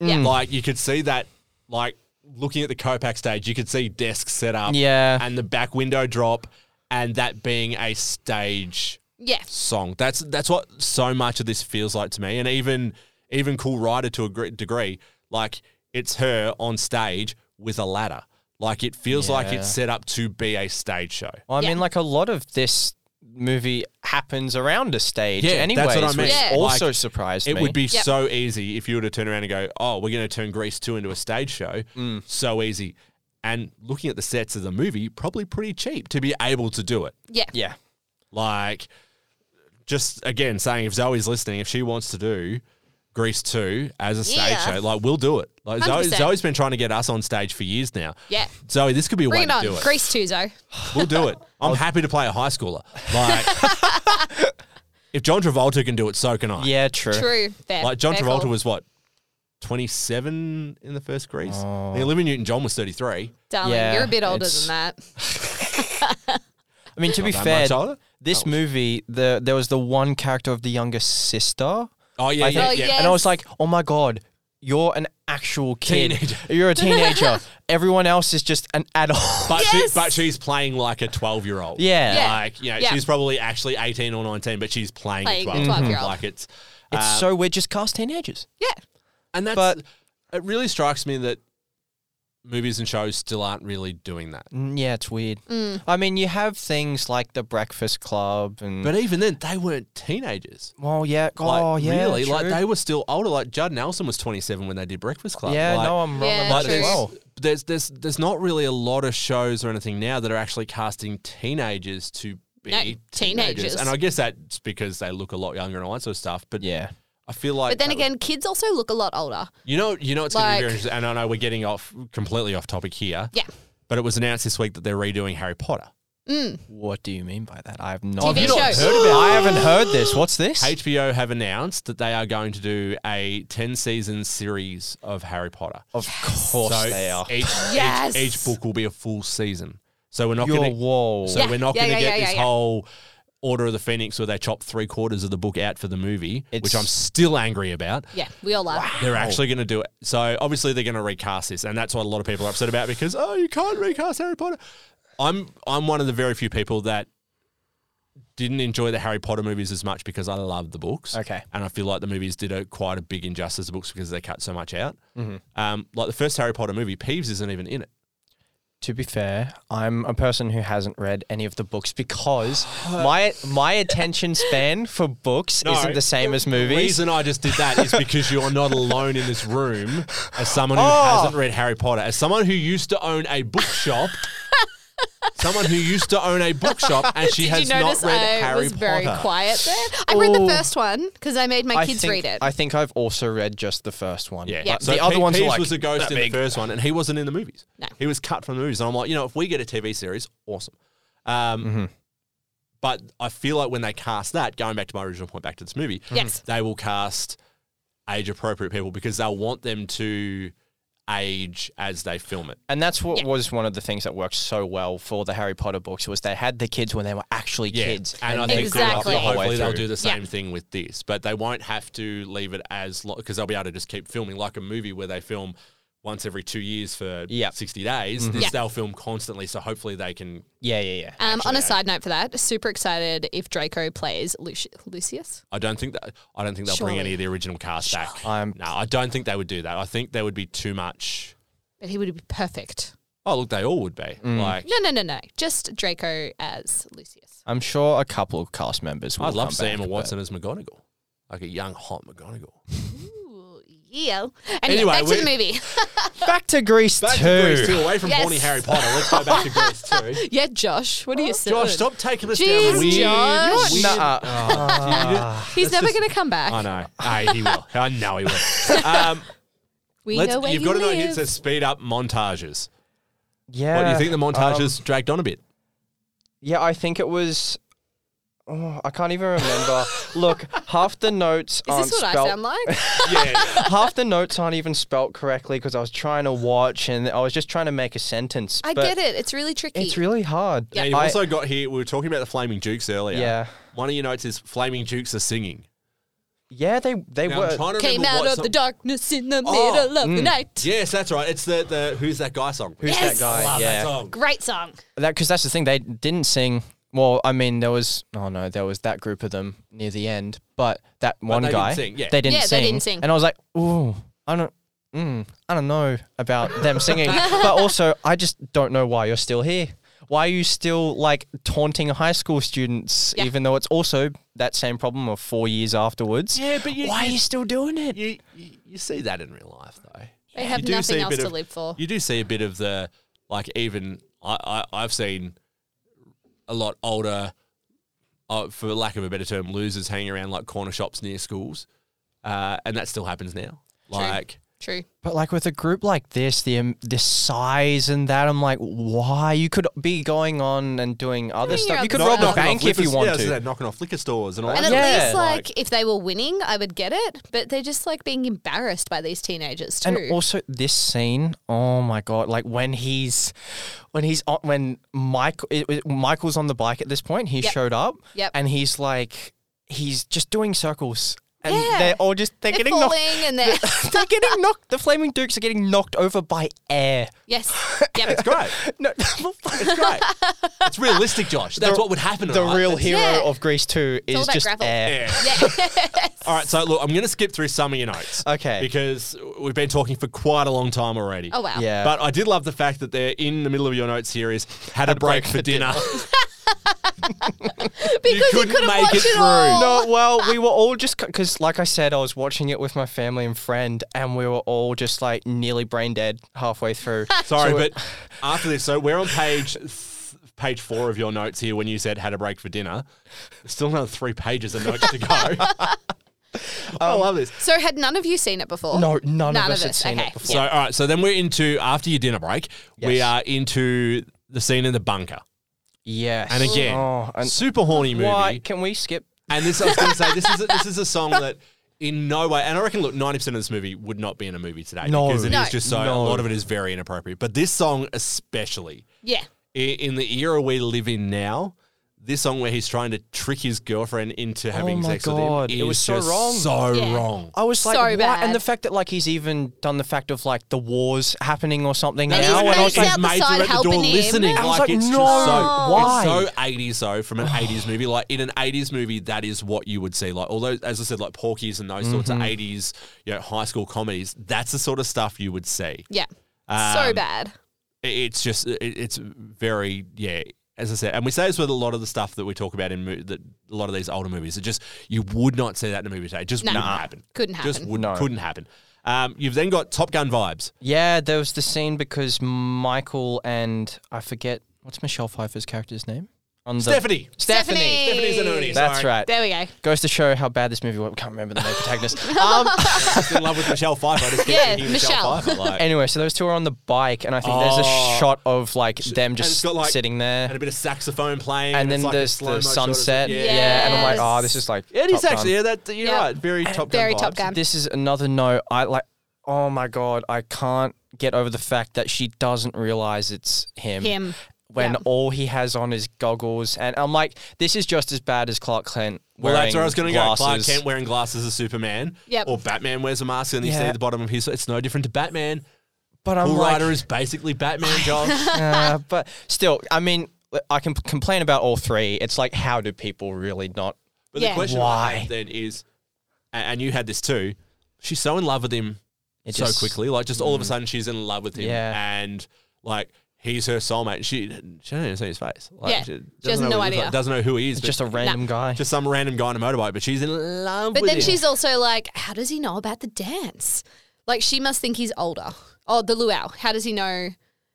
C: Yeah.
F: Mm.
B: Like you could see that, like looking at the Copac stage, you could see desks set up.
F: Yeah.
B: And the back window drop and that being a stage
C: yeah.
B: song. That's that's what so much of this feels like to me. And even even Cool Rider to a great degree, like it's her on stage with a ladder. Like it feels like
F: Yeah.
B: it's set up to be a stage show.
F: Well, I
C: Yeah.
F: mean, like a lot of this movie happens around a stage.
B: Yeah,
F: anyways,
B: that's what I mean.
F: which
C: Yeah.
F: also
B: Like,
F: surprised
B: It
F: me.
B: would be
C: Yep.
B: so easy if you were to turn around and go, "Oh, we're going to turn Grease two into a stage show." So easy, and looking at the sets of the movie, probably pretty cheap to be able to do it.
C: Yeah.
F: yeah,
B: Like, just again saying, if Zoe's listening, if she wants to do Grease two as a stage
C: Yeah.
B: show, like we'll do it. Like Zoe,
C: 100%.
B: Zoe's been trying to get us on stage for years now.
C: Yeah.
B: Zoe, this could be a
C: Bring
B: way
C: it
B: to
C: on.
B: do it.
C: Grease too, though.
B: We'll do it. I'm happy to play a high schooler. Like, if John Travolta can do it, so can I.
F: yeah, true.
C: True. Fair.
B: Like John
C: Fair
B: Travolta
C: call.
B: was what, twenty seven in the first Grease.
F: Oh.
B: I mean, Olivia Newton John was thirty three.
C: Darling,
F: Yeah,
C: you're a bit older
F: it's-
C: than that.
F: I mean, to be
B: that
F: fair,
B: much older?
F: this movie, the there was the one character of the younger sister,
B: Oh yeah, yeah,
F: I think-
B: yeah.
C: Oh, yeah.
F: and I was like, "Oh my god." You're an actual kid.
B: Teenager.
F: You're a teenager. Everyone else is just an adult.
B: But
C: Yes.
B: she, but she's playing like a twelve year old.
F: yeah.
C: Yeah.
B: Like you know,
C: Yeah.
B: she's probably actually eighteen or nineteen, but she's playing,
C: Playing a
B: a 12
C: 12-year-old.
B: Like it's
F: It's so weird. Just cast teenagers.
C: Yeah.
B: and that's
F: but-
B: it really strikes me that movies and shows still aren't really doing that.
F: Mm, Yeah, it's weird.
C: Mm.
F: I mean, you have things like the Breakfast Club and.
B: But even then, they weren't teenagers.
F: well, yeah.
B: Like,
F: oh, yeah.
B: really? Like
F: true.
B: they were still older. Like Judd Nelson was twenty seven when they did Breakfast Club.
F: Yeah,
B: Like,
F: no, I'm wrong
C: Yeah,
B: Like
F: about
C: true.
F: that.
B: there's,
F: Well,
B: there's there's there's not really a lot of shows or anything now that are actually casting teenagers to be
C: No,
B: teenagers.
C: teenagers.
B: and I guess that's because they look a lot younger and all that sort of stuff. But
F: yeah.
B: I feel like.
C: But then
B: that-
C: again, kids also look a lot older.
B: you know, you know, it's going to be
C: like-
B: very interesting. And I know we're getting off completely off topic here.
C: Yeah.
B: But it was announced this week that they're redoing Harry Potter.
F: What do you mean by that? I have not.
C: TV
B: not
C: shows.
B: heard about
F: I haven't heard this. What's this?
B: HBO have announced that they are going to do a 10 season series of Harry Potter.
F: Of course
B: so
F: they are.
B: Each,
C: Yes.
B: each, each book will be a full season. So we're not
F: Your
B: going to
F: wall.
B: so
C: Yeah,
B: we're not
C: yeah,
B: going to
C: yeah,
B: get
C: yeah,
B: this
C: yeah.
B: whole Order of the Phoenix where they chop three quarters of the book out for the movie, which
F: It's-
B: I'm still angry about.
C: Yeah, we all laugh.
B: They're actually going to do it. So obviously they're going to recast this, and that's what a lot of people are upset about because oh, you can't recast Harry Potter. I'm I'm one of the very few people that didn't enjoy the Harry Potter movies as much because I loved the books.
F: Okay.
B: and I feel like the movies did a quite a big injustice to the books because they cut so much out. Um, like the first Harry Potter movie, Peeves isn't even in it.
F: to be fair, I'm a person who hasn't read any of the books because my my attention span for books
B: No,
F: isn't the same as
B: The
F: movies.
B: reason I just did that is because you are not alone in this room as someone who
F: Oh.
B: hasn't read Harry Potter. As someone who used to own a bookshop, someone who used to own a bookshop, and she
C: Did
B: has
C: you notice
B: not read
C: I
B: Harry
C: was
B: Potter.
C: very quiet there? I read
F: Oh.
C: the first one because I made my
F: I
C: kids
F: think,
C: read it. Um,
F: I think I've also read just the first one.
B: Yeah,
F: But
B: so
F: the other
B: Pete-
F: ones are
B: Peeves
F: like
B: was a ghost
F: that
B: in
F: big.
B: the first one, and he wasn't in the movies.
C: No.
B: he was cut from the movies. And I'm like, you know, if we get a TV series, awesome. Um,
F: Mm-hmm.
B: But I feel like when they cast that, going back to my original point, back to this movie,
C: Mm-hmm. Yes.
B: they will cast age appropriate people because they'll want them to age as they film it.
F: And that's what was one of the things that worked so well for the Harry Potter books was they had the kids when they were actually kids.
B: and I
F: they
B: think
F: grew up
C: Exactly.
F: the whole way
B: hopefully they'll
F: through.
B: do the
C: Yeah.
B: same thing with this, but they won't have to leave it as long because they'll be able to just keep filming like a movie where they film once every two years for
F: Yeah.
B: 60 days. This
C: Yeah.
B: they'll film constantly, so hopefully they can.
F: Yeah, yeah, yeah.
C: um, on
B: actually,
C: a side note for that, super excited if Draco plays Luci- Lucius.
B: I don't think that I don't think they'll bring any of the original cast back.
F: I'm-
B: no, I don't think they would do that. I think there would be too much.
C: But he would be perfect.
B: Oh look, they all would be
F: Mm.
B: like.
C: No, no, no, no. Just Draco as Lucius.
F: I'm sure a couple of cast members will
B: I'd love
F: come
B: to see
F: back,
B: Emma
F: but-
B: Watson as McGonagall, like a young hot McGonagall.
C: Ooh, yeah. Anyway,
B: Anyway,
C: back to the
B: we-
C: movie.
F: Back to Greece
B: Back
F: too.
B: to Grease two, away from
C: Yes.
B: Bonnie Harry Potter. Let's go back to Grease two.
C: yeah, Josh. What are you saying?
B: Oh, Josh, stop taking us
C: Jeez,
B: down weird.
C: Josh.
B: weird-
F: Nuh-uh.
C: He's never
B: just-
C: going to come back.
B: I know. Aye, he will. I know he will. Um,
C: We
B: let's,
C: know where
B: you've
C: you
B: got to know
C: live.
B: it's a speed up montages.
F: Yeah.
B: What do you think the
F: um,
B: montages dragged on a bit? Um,
F: Yeah, I think it was. Oh, I can't even remember. Look, half the notes
C: Is
F: aren't
C: this what I
F: spelt-
C: sound like?
B: Yeah.
F: half the notes aren't even spelt correctly because I was trying to watch and I was just trying to make a sentence.
C: I
F: but
C: get it. It's really tricky.
F: It's really hard.
B: now, you've
F: I-
B: also got here, we were talking about the Flaming Jukes earlier.
F: Yeah.
B: One of your notes is Flaming Jukes are singing.
F: yeah, they they
B: Now, I'm
F: were.
B: trying to
C: Came
B: remember
C: out
B: what
C: of
B: song-
C: the darkness in the
B: Oh,
C: middle of the night.
B: Yes, that's right. It's the, the Who's That Guy song.
F: Who's
C: Yes.
F: that guy?
B: Love that
F: yeah,
B: song.
C: Great song.
F: that because that's the thing they didn't sing. Well, I mean, there was oh no, there was that group of them near the end, but that one
B: they didn't
F: guy
B: sing, yeah.
F: they didn't
C: Yeah,
F: sing.
C: they didn't sing.
F: and I was like, ooh, I don't. Mm, I don't know about them singing, but also I just don't know why you're still here. Why are you still like taunting high school students,
C: Yeah.
F: even though it's also that same problem of four years afterwards?
B: Yeah, but you-
F: why are you still doing it?
B: You, you, you see that in real life, though.
C: They have
B: you do see
C: nothing
B: a
C: else
B: bit
C: to
B: of-
C: live for.
B: You do see a bit of the like even I, I I've seen a lot older, uh, for lack of a better term, losers hanging around like corner shops near schools, uh, and that still happens now. Like
C: True.
F: But like with a group like this, the um, the size and that, I'm like, why? You could be going on and doing
C: Doing your
F: other stuff. You
C: other
F: could
C: stuff.
F: rob a
C: Knocking off
F: bank if
B: liquor-
F: you want
B: yeah,
F: to.
B: so they're knocking off liquor stores and all
C: And
B: that.
C: at
F: Yeah.
C: least, like, if they were winning, I would get it. But they're just like being embarrassed by these teenagers too.
F: And also this scene, oh my god! Like when he's, when he's on, when Michael it, it- Michael's on the bike at this point, he
C: Yep.
F: showed up,
C: Yep.
F: and he's like, he's just doing circles, and
C: Yeah.
F: they're all just they're,
C: they're
F: getting
C: falling
F: knocked,
C: and they're
F: they're getting knocked. The Flaming Dukes are getting knocked over by air.
C: yes, yep.
B: It's great.
F: No,
B: It's great. it's realistic, Josh. That's what would happen.
F: The
B: right?
F: real
B: That's-
F: hero
C: Yeah.
F: of Greece Two
C: all
F: is
C: about
F: just
C: gravel.
F: air.
B: All right, so look, I'm going to skip through some of your notes.
F: Okay.
B: Because we've been talking for quite a long time already.
C: Oh wow.
F: Yeah.
B: But I did love the fact that they're in the middle of your notes here is had a break, for dinner.
C: Because you
B: couldn't
C: couldn't
B: make
C: watch
B: it
C: it,
B: through.
C: all.
F: No, well, we were all just because, like I said, I was watching it with my family and friend, and we were all just like nearly brain dead halfway through.
B: Sorry,
F: So-
B: but after this, so we're on page th- page four of your notes here when you said had a break for dinner. There's still another three pages of notes to go. I love this.
C: So had none of you seen it before?
F: no, none, of
C: None
F: us
C: of
F: had
C: us,
F: seen
C: okay.
F: it before.
B: So, all right, so then we're into, after your dinner break, we
F: Yes.
B: are into the scene in the bunker.
F: Yes.
B: And again,
F: Oh, and
B: super horny movie.
F: why can we skip?
B: And this, I was going to say, this is a, this is a song that in no way, and I reckon, look, ninety percent of this movie would not be in a movie today
F: No.
B: because it is
C: No.
B: just so. A
F: No.
B: lot of it is very inappropriate, but this song especially
C: Yeah.
B: i- in the era we live in now. This song where he's trying to trick his girlfriend into having
F: Oh my
B: sex
F: God,
B: with
F: it
B: him
F: was
B: is
F: so
B: just
F: wrong.
B: So
C: Yeah.
B: wrong.
F: I was like,
C: So
F: why-
C: bad.
F: and the fact that like he's even done the fact of like the wars happening or something
C: And
F: now,
C: he's
F: and I was
C: mates
F: like,
C: out the side helping him.
B: listening.
C: I
F: was
B: like,
F: like,
B: it's
F: no,
B: just so,
F: why?
B: It's so 80s though from an 80s movie. Like in an 80s movie, that is what you would see. Like although, as I said, like Porky's and those sorts of
C: Mm-hmm.
B: 80s, you know, high school comedies. That's the sort of stuff you would see.
C: Yeah. so
B: Um,
C: bad.
B: It- It's just it, it's very yeah. As I said, and we say this with a lot of the stuff that we talk about in mo- that a lot of these older movies. It just you would not see that in a movie today. It just
C: No.
B: wouldn't
C: Nah.
B: happen.
C: Couldn't
B: Just
C: happen.
B: would,
F: No.
B: couldn't happen. Um, you've then got Top Gun vibes.
F: yeah, there was the scene because Michael and I forget what's Michelle Pfeiffer's character's name on the
B: Stephanie.
F: Stephanie.
C: Stephanie.
B: Stephanie's Anoni.
F: That's
B: Sorry.
F: right.
C: There we go.
F: Goes to show how bad this movie was. I can't remember the main protagonist. Um,
B: just in love with Michelle Pfeiffer. I just keep
C: Yeah,
B: thinking Michelle
C: Michelle.
B: Pfeiffer. Like,
F: anyway, so those two are on the bike, and I think there's
B: Oh.
F: a shot of like them
B: and it's
F: just
B: got, like,
F: sitting
B: and a
F: there,
B: bit of saxophone playing,
F: uh, and
B: it's
F: then
B: like a
F: there's
B: slow-mo
F: the
B: shot of
F: sunset.
B: it.
F: Yeah.
B: yeah.
F: and I'm like,
C: Yes.
F: oh, this is like
B: It is
F: Top Gun.
B: actually, yeah, that you're
C: Yeah.
B: right. Very top gun.
C: Very
B: vibes.
C: Top Gun.
F: This is another note. I like. Oh my god, I can't get over the fact that she doesn't realize it's him.
C: Him.
F: When
C: Yeah.
F: all he has on is goggles, and I'm like, this is just as bad as Clark Kent.
B: Well, that's
F: wearing
B: where I was going to go.
F: glasses.
B: Clark Kent wearing glasses as Superman,
C: Yep.
B: or Batman wears a mask, and you see
F: Yeah.
B: the bottom of his. It's no different to Batman.
F: But I'm
B: Bull
F: like,
B: Rider is basically Batman, Josh.
F: uh, but still, I mean, I can p- complain about all three. It's like, how do people really not?
B: But the
C: Yeah.
B: question
F: Why?
B: I have then is, a- and you had this too. She's so in love with him
F: It
B: so
F: just- Mm.
B: quickly. Like just all of a sudden, she's in love with him,
F: Yeah.
B: and like he's her soulmate. She she doesn't even see his face. Like,
C: Yeah. She has
B: know
C: no
B: what he looks
C: idea.
B: like, doesn't know who he is.
F: It's
B: but-
F: just a random guy.
B: just some random guy on a motorbike, but she's in love
C: But
B: with
C: then
B: him.
C: she's also like, how does he know about the dance? Like, she must think he's older. Oh, the luau. How does he know?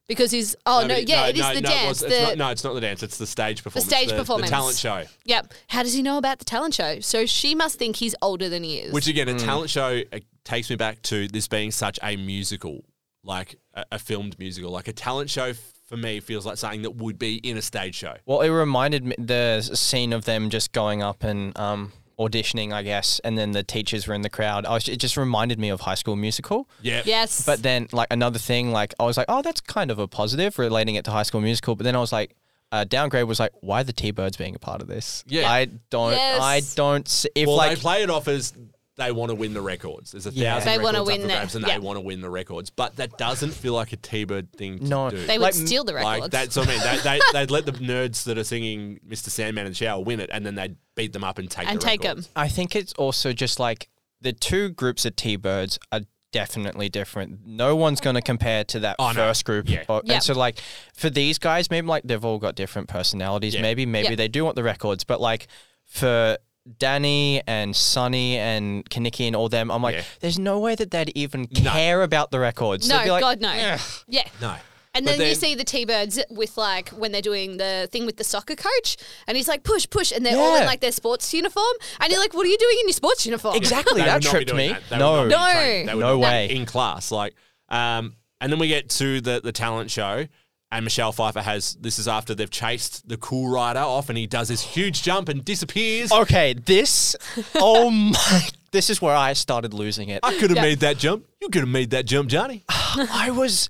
C: Because he's, oh, no,
B: but-
C: yeah, it is the
B: no,
C: dance.
B: It was,
C: the,
B: it's not, no, it's not the dance. It's the stage performance.
C: stage performance.
B: The talent show.
C: Yep. How does he know about the talent show? So she must think he's older than he is.
B: Which again, a
F: Mm.
B: talent show uh, takes me back to this being such a musical, like a, a filmed musical. Like a talent show f- for me feels like something that would be in a stage show.
F: Well, it reminded me the scene of them just going up and um, auditioning, I guess, and then the teachers were in the crowd. I was, it just reminded me of High School Musical.
B: Yeah.
C: yes.
F: But then, like another thing, like I was like, oh, that's kind of a positive relating it to High School Musical. But then I was like, uh, downgrade was like, why are the T Birds being a part of this?
B: Yeah.
F: I don't,
C: Yes.
F: I don't. See, if
B: Well,
F: like,
B: they play it off as they want to win the records. There's a
F: Yeah.
B: thousand
C: They
B: want
C: wanna
B: to
C: win the-
B: and
C: yeah.
B: they want to win the records, but that doesn't feel like a T-bird thing. To
F: No.
B: do.
C: they would
F: like,
C: steal the records.
B: Like that's what I mean. They, they they'd let the nerds that are singing Mr. Sandman and the Shower win it, and then they'd beat them up and take
C: and
B: the
C: take him.
B: records.
F: I think it's also just like the two groups of T Birds are definitely different. No one's going to compare to that
B: Oh, no.
F: first group.
B: Yeah.
F: Or-
C: Yep.
F: And so, like, for these guys, maybe like they've all got different personalities.
B: Yeah.
F: Maybe, maybe
C: Yep.
F: they do want the records, but like for. Danny and Sonny and Kaniki and all them. I'm like,
B: Yeah.
F: there's no way that they'd even care about the records. They'd
C: No,
F: be like,
C: God, no. Yeah.
B: No.
C: And
B: But
C: then, you see the T-Birds with like when they're doing the thing with the soccer coach and he's like push push and they're all in
F: Yeah.
C: like their sports uniform and you're like what are you doing in your sports uniform?
B: They
F: Exactly,
B: would
F: that
B: not be
F: tripped
B: doing
F: me.
B: that. They would
F: No,
B: not be trained.
C: No.
B: They would
F: No
B: not be
F: way.
B: in class. Like, um, and then we get to the the talent show, and Michelle Pfeiffer has this is after they've chased the cool rider off, and he does this huge jump and disappears.
F: okay, this. Oh my! This is where I started losing it.
B: I could have made that jump. You could have made that jump, Johnny.
F: I was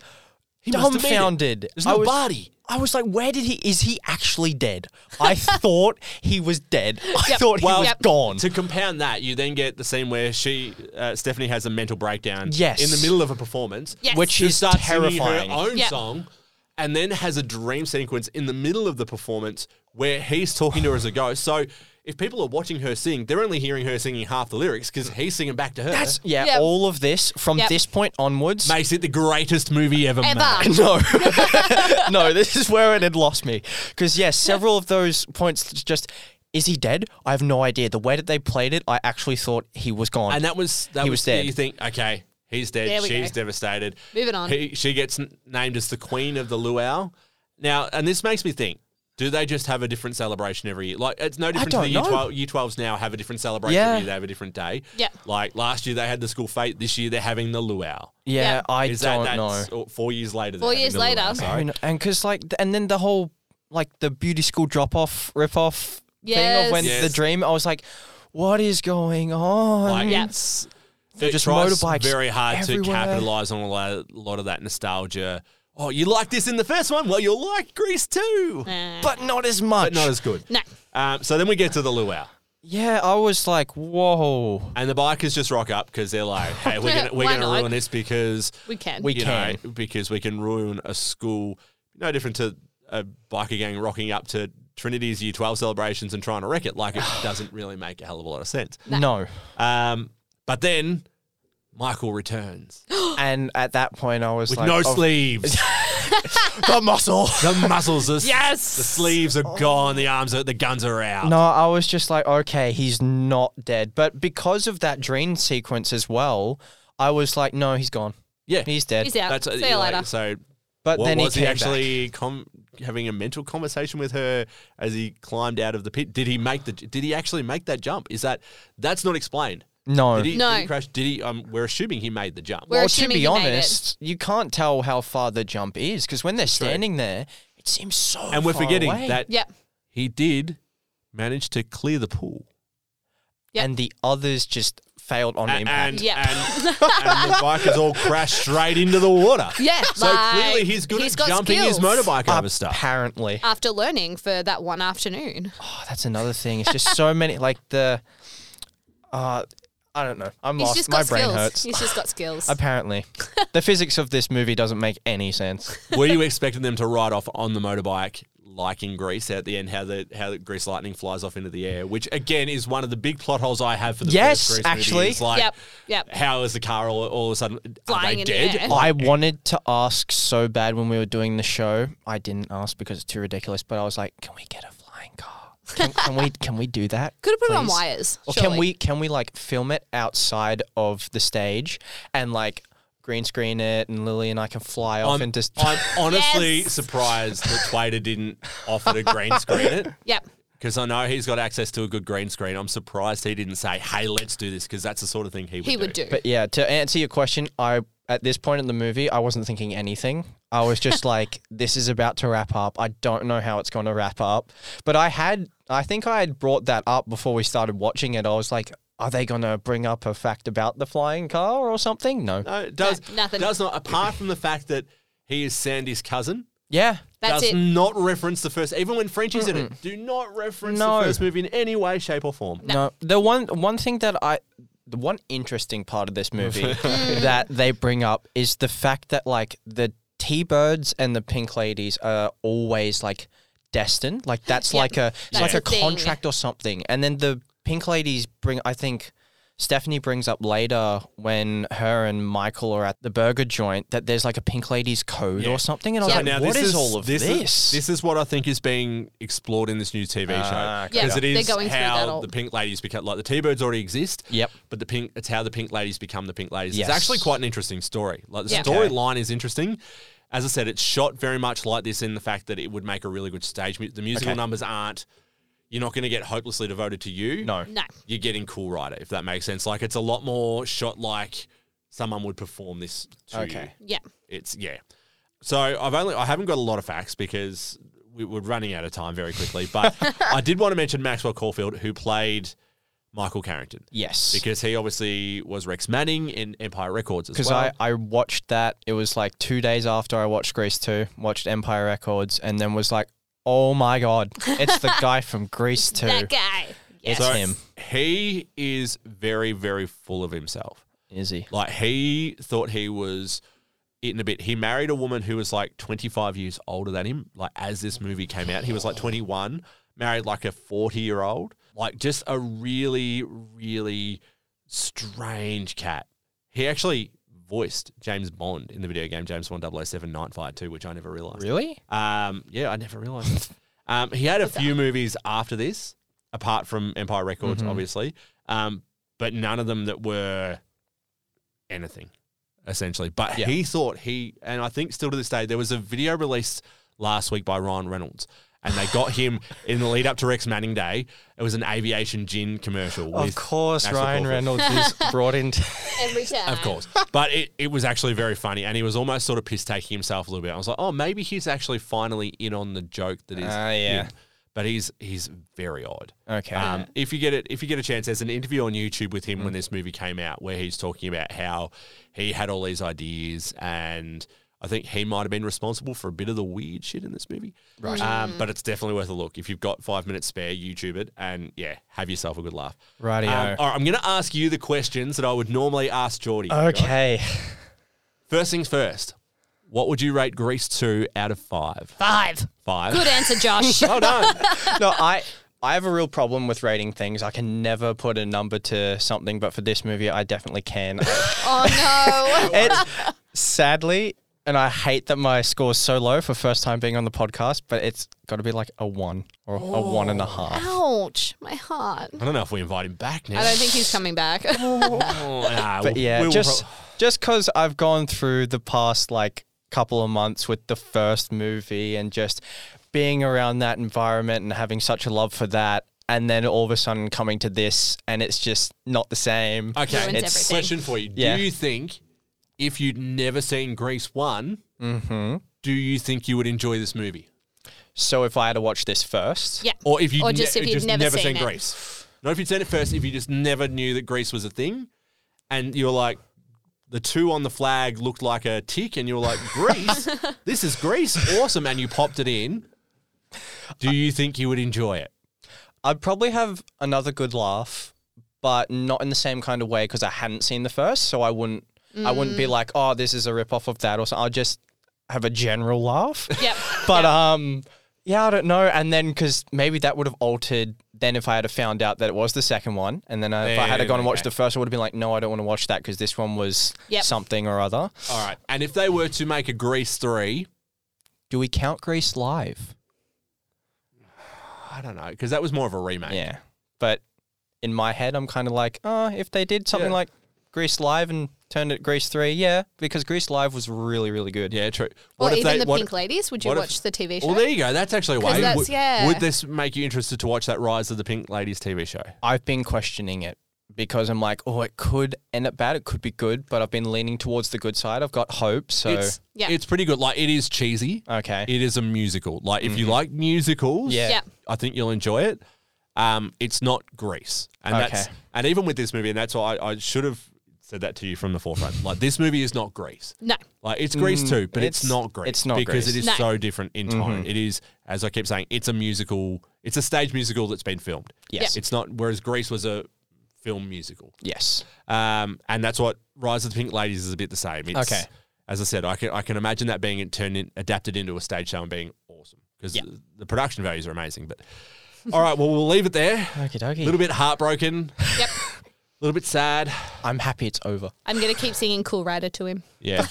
B: must have made it.
F: dumbfounded.
B: There's
F: I
B: no
F: was-
B: body.
F: I was like, where did he? Is he actually dead? I thought he was dead. I
C: Yep.
F: thought he
B: Well,
F: was
B: Yep.
F: gone.
B: To compound that, you then get the scene where she, uh, Stephanie, has a mental breakdown.
F: Yes.
B: In the middle of a performance.
C: Yes.
F: Which
B: She
F: is
B: starts
F: terrifying.
B: singing her own
C: Yeah.
B: song, and then has a dream sequence in the middle of the performance where he's talking to her as a ghost. So if people are watching her sing, they're only hearing her singing half the lyrics because he's singing back to her.
F: That's yeah,
C: Yep.
F: All of this from
C: Yep.
F: this point onwards.
B: makes it the greatest movie ever,
C: Ever.
B: made.
F: No, no. This is where it had lost me because yes, several of those points just. Is he dead? I have no idea. The way that they played it, I actually thought he was gone.
B: And that was that
F: He
B: was,
F: was dead.
B: You think okay, he's
C: There
B: dead.
C: we
B: She's
C: go.
B: devastated.
C: Moving on.
B: He, she gets n- named as the queen of the luau. Now, and this makes me think: Do they just have a different celebration every year? Like it's no different to
F: don't
B: the year,
F: know.
B: 12, year 12s now have a different celebration.
F: Yeah.
B: Every year. They have a different day.
C: Yeah.
B: Like last year they had the school fete. This year they're having the luau.
F: yeah,
C: Yeah.
F: I
B: Is that
F: don't know.
B: that's, or Four years later. they're
C: Four
B: having
C: years
B: the luau,
C: later.
B: sorry.
F: Who kno- and because like, th- and then the whole like the beauty school drop off rip off thing
C: Yes.
F: of when
B: Yes.
F: the dream. I was like, what is going on?
B: Like
C: Yeah.
B: it's they're
F: just motorbikes
B: Very hard to
F: everywhere.
B: capitalize on a lo- lot of that nostalgia. Oh, you like this in the first one? Well, you'll like Grease too,
F: but not as much.
B: but not as good.
C: No.
B: Um, so then we get to the luau,
F: yeah, I was like, whoa.
B: and the bikers just rock up because they're like, "Hey, we're gonna, we're
C: Why
B: gonna
C: not?
B: ruin this because
C: We can.
F: We
B: you
F: can.
B: know, because we can ruin a school. No different to a biker gang rocking up to Trinity's Year 12 celebrations and trying to wreck it. Like, it doesn't really make a hell of a lot of sense.
F: No.
B: Um, but then Michael returns
F: and at that point, I was
B: with
F: like,
B: no
F: oh,
B: sleeves.
F: the muscle.
B: The muscles are yes. The sleeves are gone. The arms are the guns are out.
F: Oh. No, I was just like, okay, he's not dead. But because of that dream sequence as well, I was like, no, he's gone.
B: Yeah,
F: He's dead.
C: He's out.
B: That's
C: See
B: it.
C: you
B: Like,
C: later.
B: so.
F: But
B: what
F: then
B: was
F: he,
B: he,
F: came back.
B: actually com- having a mental conversation with her as he climbed out of the pit? Did he make the? Did he actually make that jump? Is that that's not explained?
F: No.
B: Did he,
C: No.
B: did he crash? Did he? Um, we're assuming he made the jump.
C: We're
F: well, to
C: assuming
F: be
C: he made it.
F: honest, you can't tell how far the jump is because when they're standing there, it seems so.
B: and we're
F: far
B: forgetting
F: away.
B: that
C: Yep.
B: he did manage to clear the pool.
C: Yep.
F: and the others just failed on
B: A-
F: impact.
B: And,
C: Yeah.
B: and, and the bikers all crashed straight into the water.
C: Yeah,
B: So
C: like,
B: clearly he's good
C: he's
B: at
C: got
B: jumping his
C: skills.
B: motorbike over stuff.
F: Apparently,
C: After learning for that one afternoon.
F: oh, that's another thing. It's just so many like the. Uh, I don't know. I'm
C: He's
F: lost.
C: just
F: My
C: got
F: brain
C: skills.
F: hurts.
C: He's just got skills.
F: Apparently, the physics of this movie doesn't make any sense.
B: Were you expecting them to ride off on the motorbike, like in Greece at the end, how the how the Grease lightning flies off into the air, which again is one of the big plot holes I have for the
F: Yes,
B: first Grease
F: actually.
B: movie. is like,
C: Yep, yep.
B: How is the car all, all of a sudden
C: Flying
B: are
C: in
B: they
C: the
B: dead?
C: air.
F: I wanted to ask so bad when we were doing the show. I didn't ask because it's too ridiculous. But I was like, can we get a flying car? Can, can we? Can we do that?
C: Could have put it on
F: please?
C: wires.
F: Or
C: surely.
F: can we can we like film it outside of the stage and like green screen it and Lily and I can fly off
B: I'm,
F: and just
B: I'm honestly
C: Yes.
B: surprised that Twader didn't offer to green screen it.
C: Yep.
B: Because I know he's got access to a good green screen. I'm surprised he didn't say, hey, let's do this, because that's the sort of thing he would
C: He
B: do.
C: would do.
F: But yeah, to answer your question, I at this point in the movie, I wasn't thinking anything. I was just like, this is about to wrap up. I don't know how it's going to wrap up. But I had, I think I had brought that up before we started watching it. I was like, are they going to bring up a fact about the flying car or something? No.
B: No, it does,
C: No, nothing.
B: does not, apart from the fact that he is Sandy's cousin.
F: Yeah.
C: That's
B: does
C: it.
B: not reference the first, even when Frenchie's in it, do not reference
F: No.
B: the first movie in any way, shape, or form.
F: No. The one one thing that I the one interesting part of this movie that they bring up is the fact that like the T birds and the pink ladies are always like destined. Like that's
C: Yep.
F: like a it's
C: That's
F: like
C: a
F: a
C: thing.
F: contract or something. And then the pink ladies bring I think Stephanie brings up later when her and Michael are at the burger joint that there's like a pink ladies code or something. And I was
C: Yeah.
F: like, what is, all of this?
B: Is, this is what I think is being explored in this new TV
F: Ah,
B: show.
C: okay. Yeah,
B: it
C: they're
B: is
C: going through
B: how
C: that all.
B: the Pink Ladies become like the T Birds already exist.
F: Yep.
B: But the pink it's how the Pink Ladies become the Pink Ladies.
F: Yes.
B: It's actually quite an interesting story. Like the
C: Yeah. Okay.
B: storyline is interesting. As I said, it's shot very much like this in the fact that it would make a really good stage. mu- The musical
F: Okay.
B: numbers aren't. You're not going to get hopelessly devoted to you
F: no.
C: No.
B: you're getting Cool Rider, if that makes sense. Like it's a lot more shot like someone would perform this to
F: Okay.
B: you.
C: Yeah.
B: It's yeah. So I've only I haven't got a lot of facts because we, we're running out of time very quickly. But I did want to mention Maxwell Caulfield, who played Michael Carrington,
F: Yes.
B: because he obviously was Rex Manning in Empire Records as
F: Because
B: well.
F: I, I watched that. It was like two days after I watched Grease 2, watched Empire Records, and then was like, oh my God, it's the guy from Grease 2.
C: That guy. Yes.
F: It's him.
B: he is very very full of himself.
F: Is he?
B: Like he thought he was eating a bit. He married a woman who was like 25 years older than him. Like as this movie came out, he was like 21, married like a 40 year old. Like just a really, really strange cat. He actually voiced James Bond in the video game James Bond 007 Nightfire 2, which I never realized.
F: Really?
B: Um, yeah, I never realized. um, he had a few movies after this, apart from Empire Records,
F: Mm-hmm.
B: obviously, um, but none of them that were anything, essentially. But he thought he, and I think still to this day, there was a video released last week by Ryan Reynolds. and they got him in the lead up to Rex Manning Day. It was an aviation gin commercial.
F: Of
B: with
F: course,
B: Maxwell
F: Ryan
B: Caulfield.
F: Reynolds is brought into.
C: Every time.
B: Of course. But it, it was actually very funny. And he was almost sort of piss taking himself a little bit. I was like, oh, maybe he's actually finally in on the joke that is.
F: Ah, yeah.
B: him. But he's he's very odd.
F: Okay. Mm.
B: Um, if you get it, if you get a chance, there's an interview on YouTube with him when this movie came out, where he's talking about how he had all these ideas, and I think he might have been responsible for a bit of the weird shit in this movie. Right. Um,
F: Mm.
B: but it's definitely worth a look if you've got five minutes spare. YouTube it, and yeah, have yourself a good laugh.
F: Rightio.
B: Um, all right, I'm going to ask you the questions that I would normally ask Geordie.
F: Okay.
B: First things first, what would you rate Grease 2 out of 5?
C: Five.
B: 5.
C: Good answer, Josh.
B: Well done.
F: no, I I have a real problem with rating things. I can never put a number to something, but for this movie, I definitely can.
C: oh no.
F: it's sadly, and I hate that my score's so low for first time being on the podcast, but it's got to be like a one or a one and a half.
C: Ouch. My heart.
B: I don't know if we invite him back now.
C: I don't think he's coming back.
B: Oh, nah,
F: But
B: we-
F: yeah,
B: we will
F: just
B: prob-
F: just because I've gone through the past like couple of months with the first movie and just being around that environment and having such a love for that, and then all of a sudden coming to this and it's just not the same.
B: okay.
C: Ruins
F: It's-
C: everything.
B: Question for you:
F: Yeah.
B: Do you think if you'd never seen Grease one,
F: Mm-hmm.
B: do you think you would enjoy this movie,
F: So if I had to watch this first,
C: Yeah.
B: or if you
C: Or just if you'd never
B: never
C: seen
B: seen
C: it.
B: Grease? Not if you'd seen it first. If you just never knew that Grease was a thing, and you're like. The two on the flag looked like a tick, and you were like, "Grease, this is Grease, awesome!" And you popped it in. Do you think you would enjoy it?
F: I'd probably have another good laugh, but not in the same kind of way because I hadn't seen the first, so I wouldn't. I wouldn't be like, oh, this is a rip off of that, or something. I'll just have a general laugh.
C: Yep.
F: But um, yeah, I don't know. And then because maybe that would have altered. Then if I had have found out that it was the second one, and then uh, if I had have gone and watched
B: Okay.
F: the first, I would have been like, no, I don't want to watch that because this one was
C: Yep.
F: something or other.
B: All right. And if they were to make a Grease three,
F: Do we count Grease live?
B: I don't know, because that was more of a remake.
F: Yeah, but in my head, I'm kind of like, oh, if they did something
B: Yeah.
F: like Grease live and turned it Grease three, yeah, because Grease live was really really good.
B: Yeah, true.
C: Or
B: if
C: even
B: they-
C: the
B: what-
C: Pink Ladies. Would you
B: what if-
C: watch the TV show?
B: Well, there you go. That's actually a
C: 'Cause
B: way.
C: that's-
B: would,
C: yeah.
B: would this make you interested to watch that Rise of the Pink Ladies TV show?
F: I've been questioning it because I'm like, oh, it could end up bad, it could be good, but I've been leaning towards the good side. I've got hope, so
B: It's
C: Yeah.
B: it's pretty good. Like it is cheesy.
F: okay. Mm-hmm.
B: It is a musical. Like if you like musicals,
F: Yeah.
C: Yeah.
B: I think you'll enjoy it. Um, it's not Grease, and that's
F: Okay.
B: and even with this movie, and that's why I, I should have said that to you from the forefront. like this movie is not Grease.
C: no.
B: Like it's Grease
F: Mm,
B: too, but it's,
F: it's-
B: not Grease.
F: it's not
B: because
F: Grease. Mm-hmm.
B: it is
C: No.
B: so different in tone. It is, as I keep saying, it's a musical. It's a stage musical that's been filmed.
F: Yes.
B: it's not. Whereas Grease was a film musical,
F: yes.
B: um, and that's what Rise of the Pink Ladies is a bit the same. It's,
F: Okay.
B: as I said, I can I can imagine that being turned in, adapted into a stage show and being awesome because the, the production values are amazing. But all right, well we'll leave it there.
F: Okie dokie.
B: A little bit heartbroken, a
C: Yep.
B: little bit sad.
F: I'm happy it's over.
C: I'm gonna keep singing Cool Rider to him.
B: Yeah,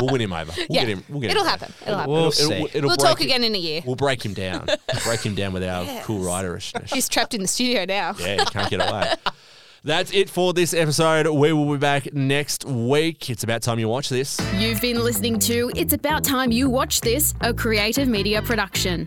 B: we'll win him over. We'll
C: Yeah.
B: get him. We'll get
C: It'll
B: him.
C: happen. It'll happen.
F: We'll
B: It'll-
F: see.
B: it'll
C: We'll
B: break
C: talk
B: him.
C: again in a year.
B: We'll break him down. break him down with our cool riderishness.
C: He's trapped in the studio now.
B: Yeah, you can't get away. That's it for this episode. We will be back next week. It's about time you watch this.
A: You've been listening to It's About Time You Watch This, a creative media production.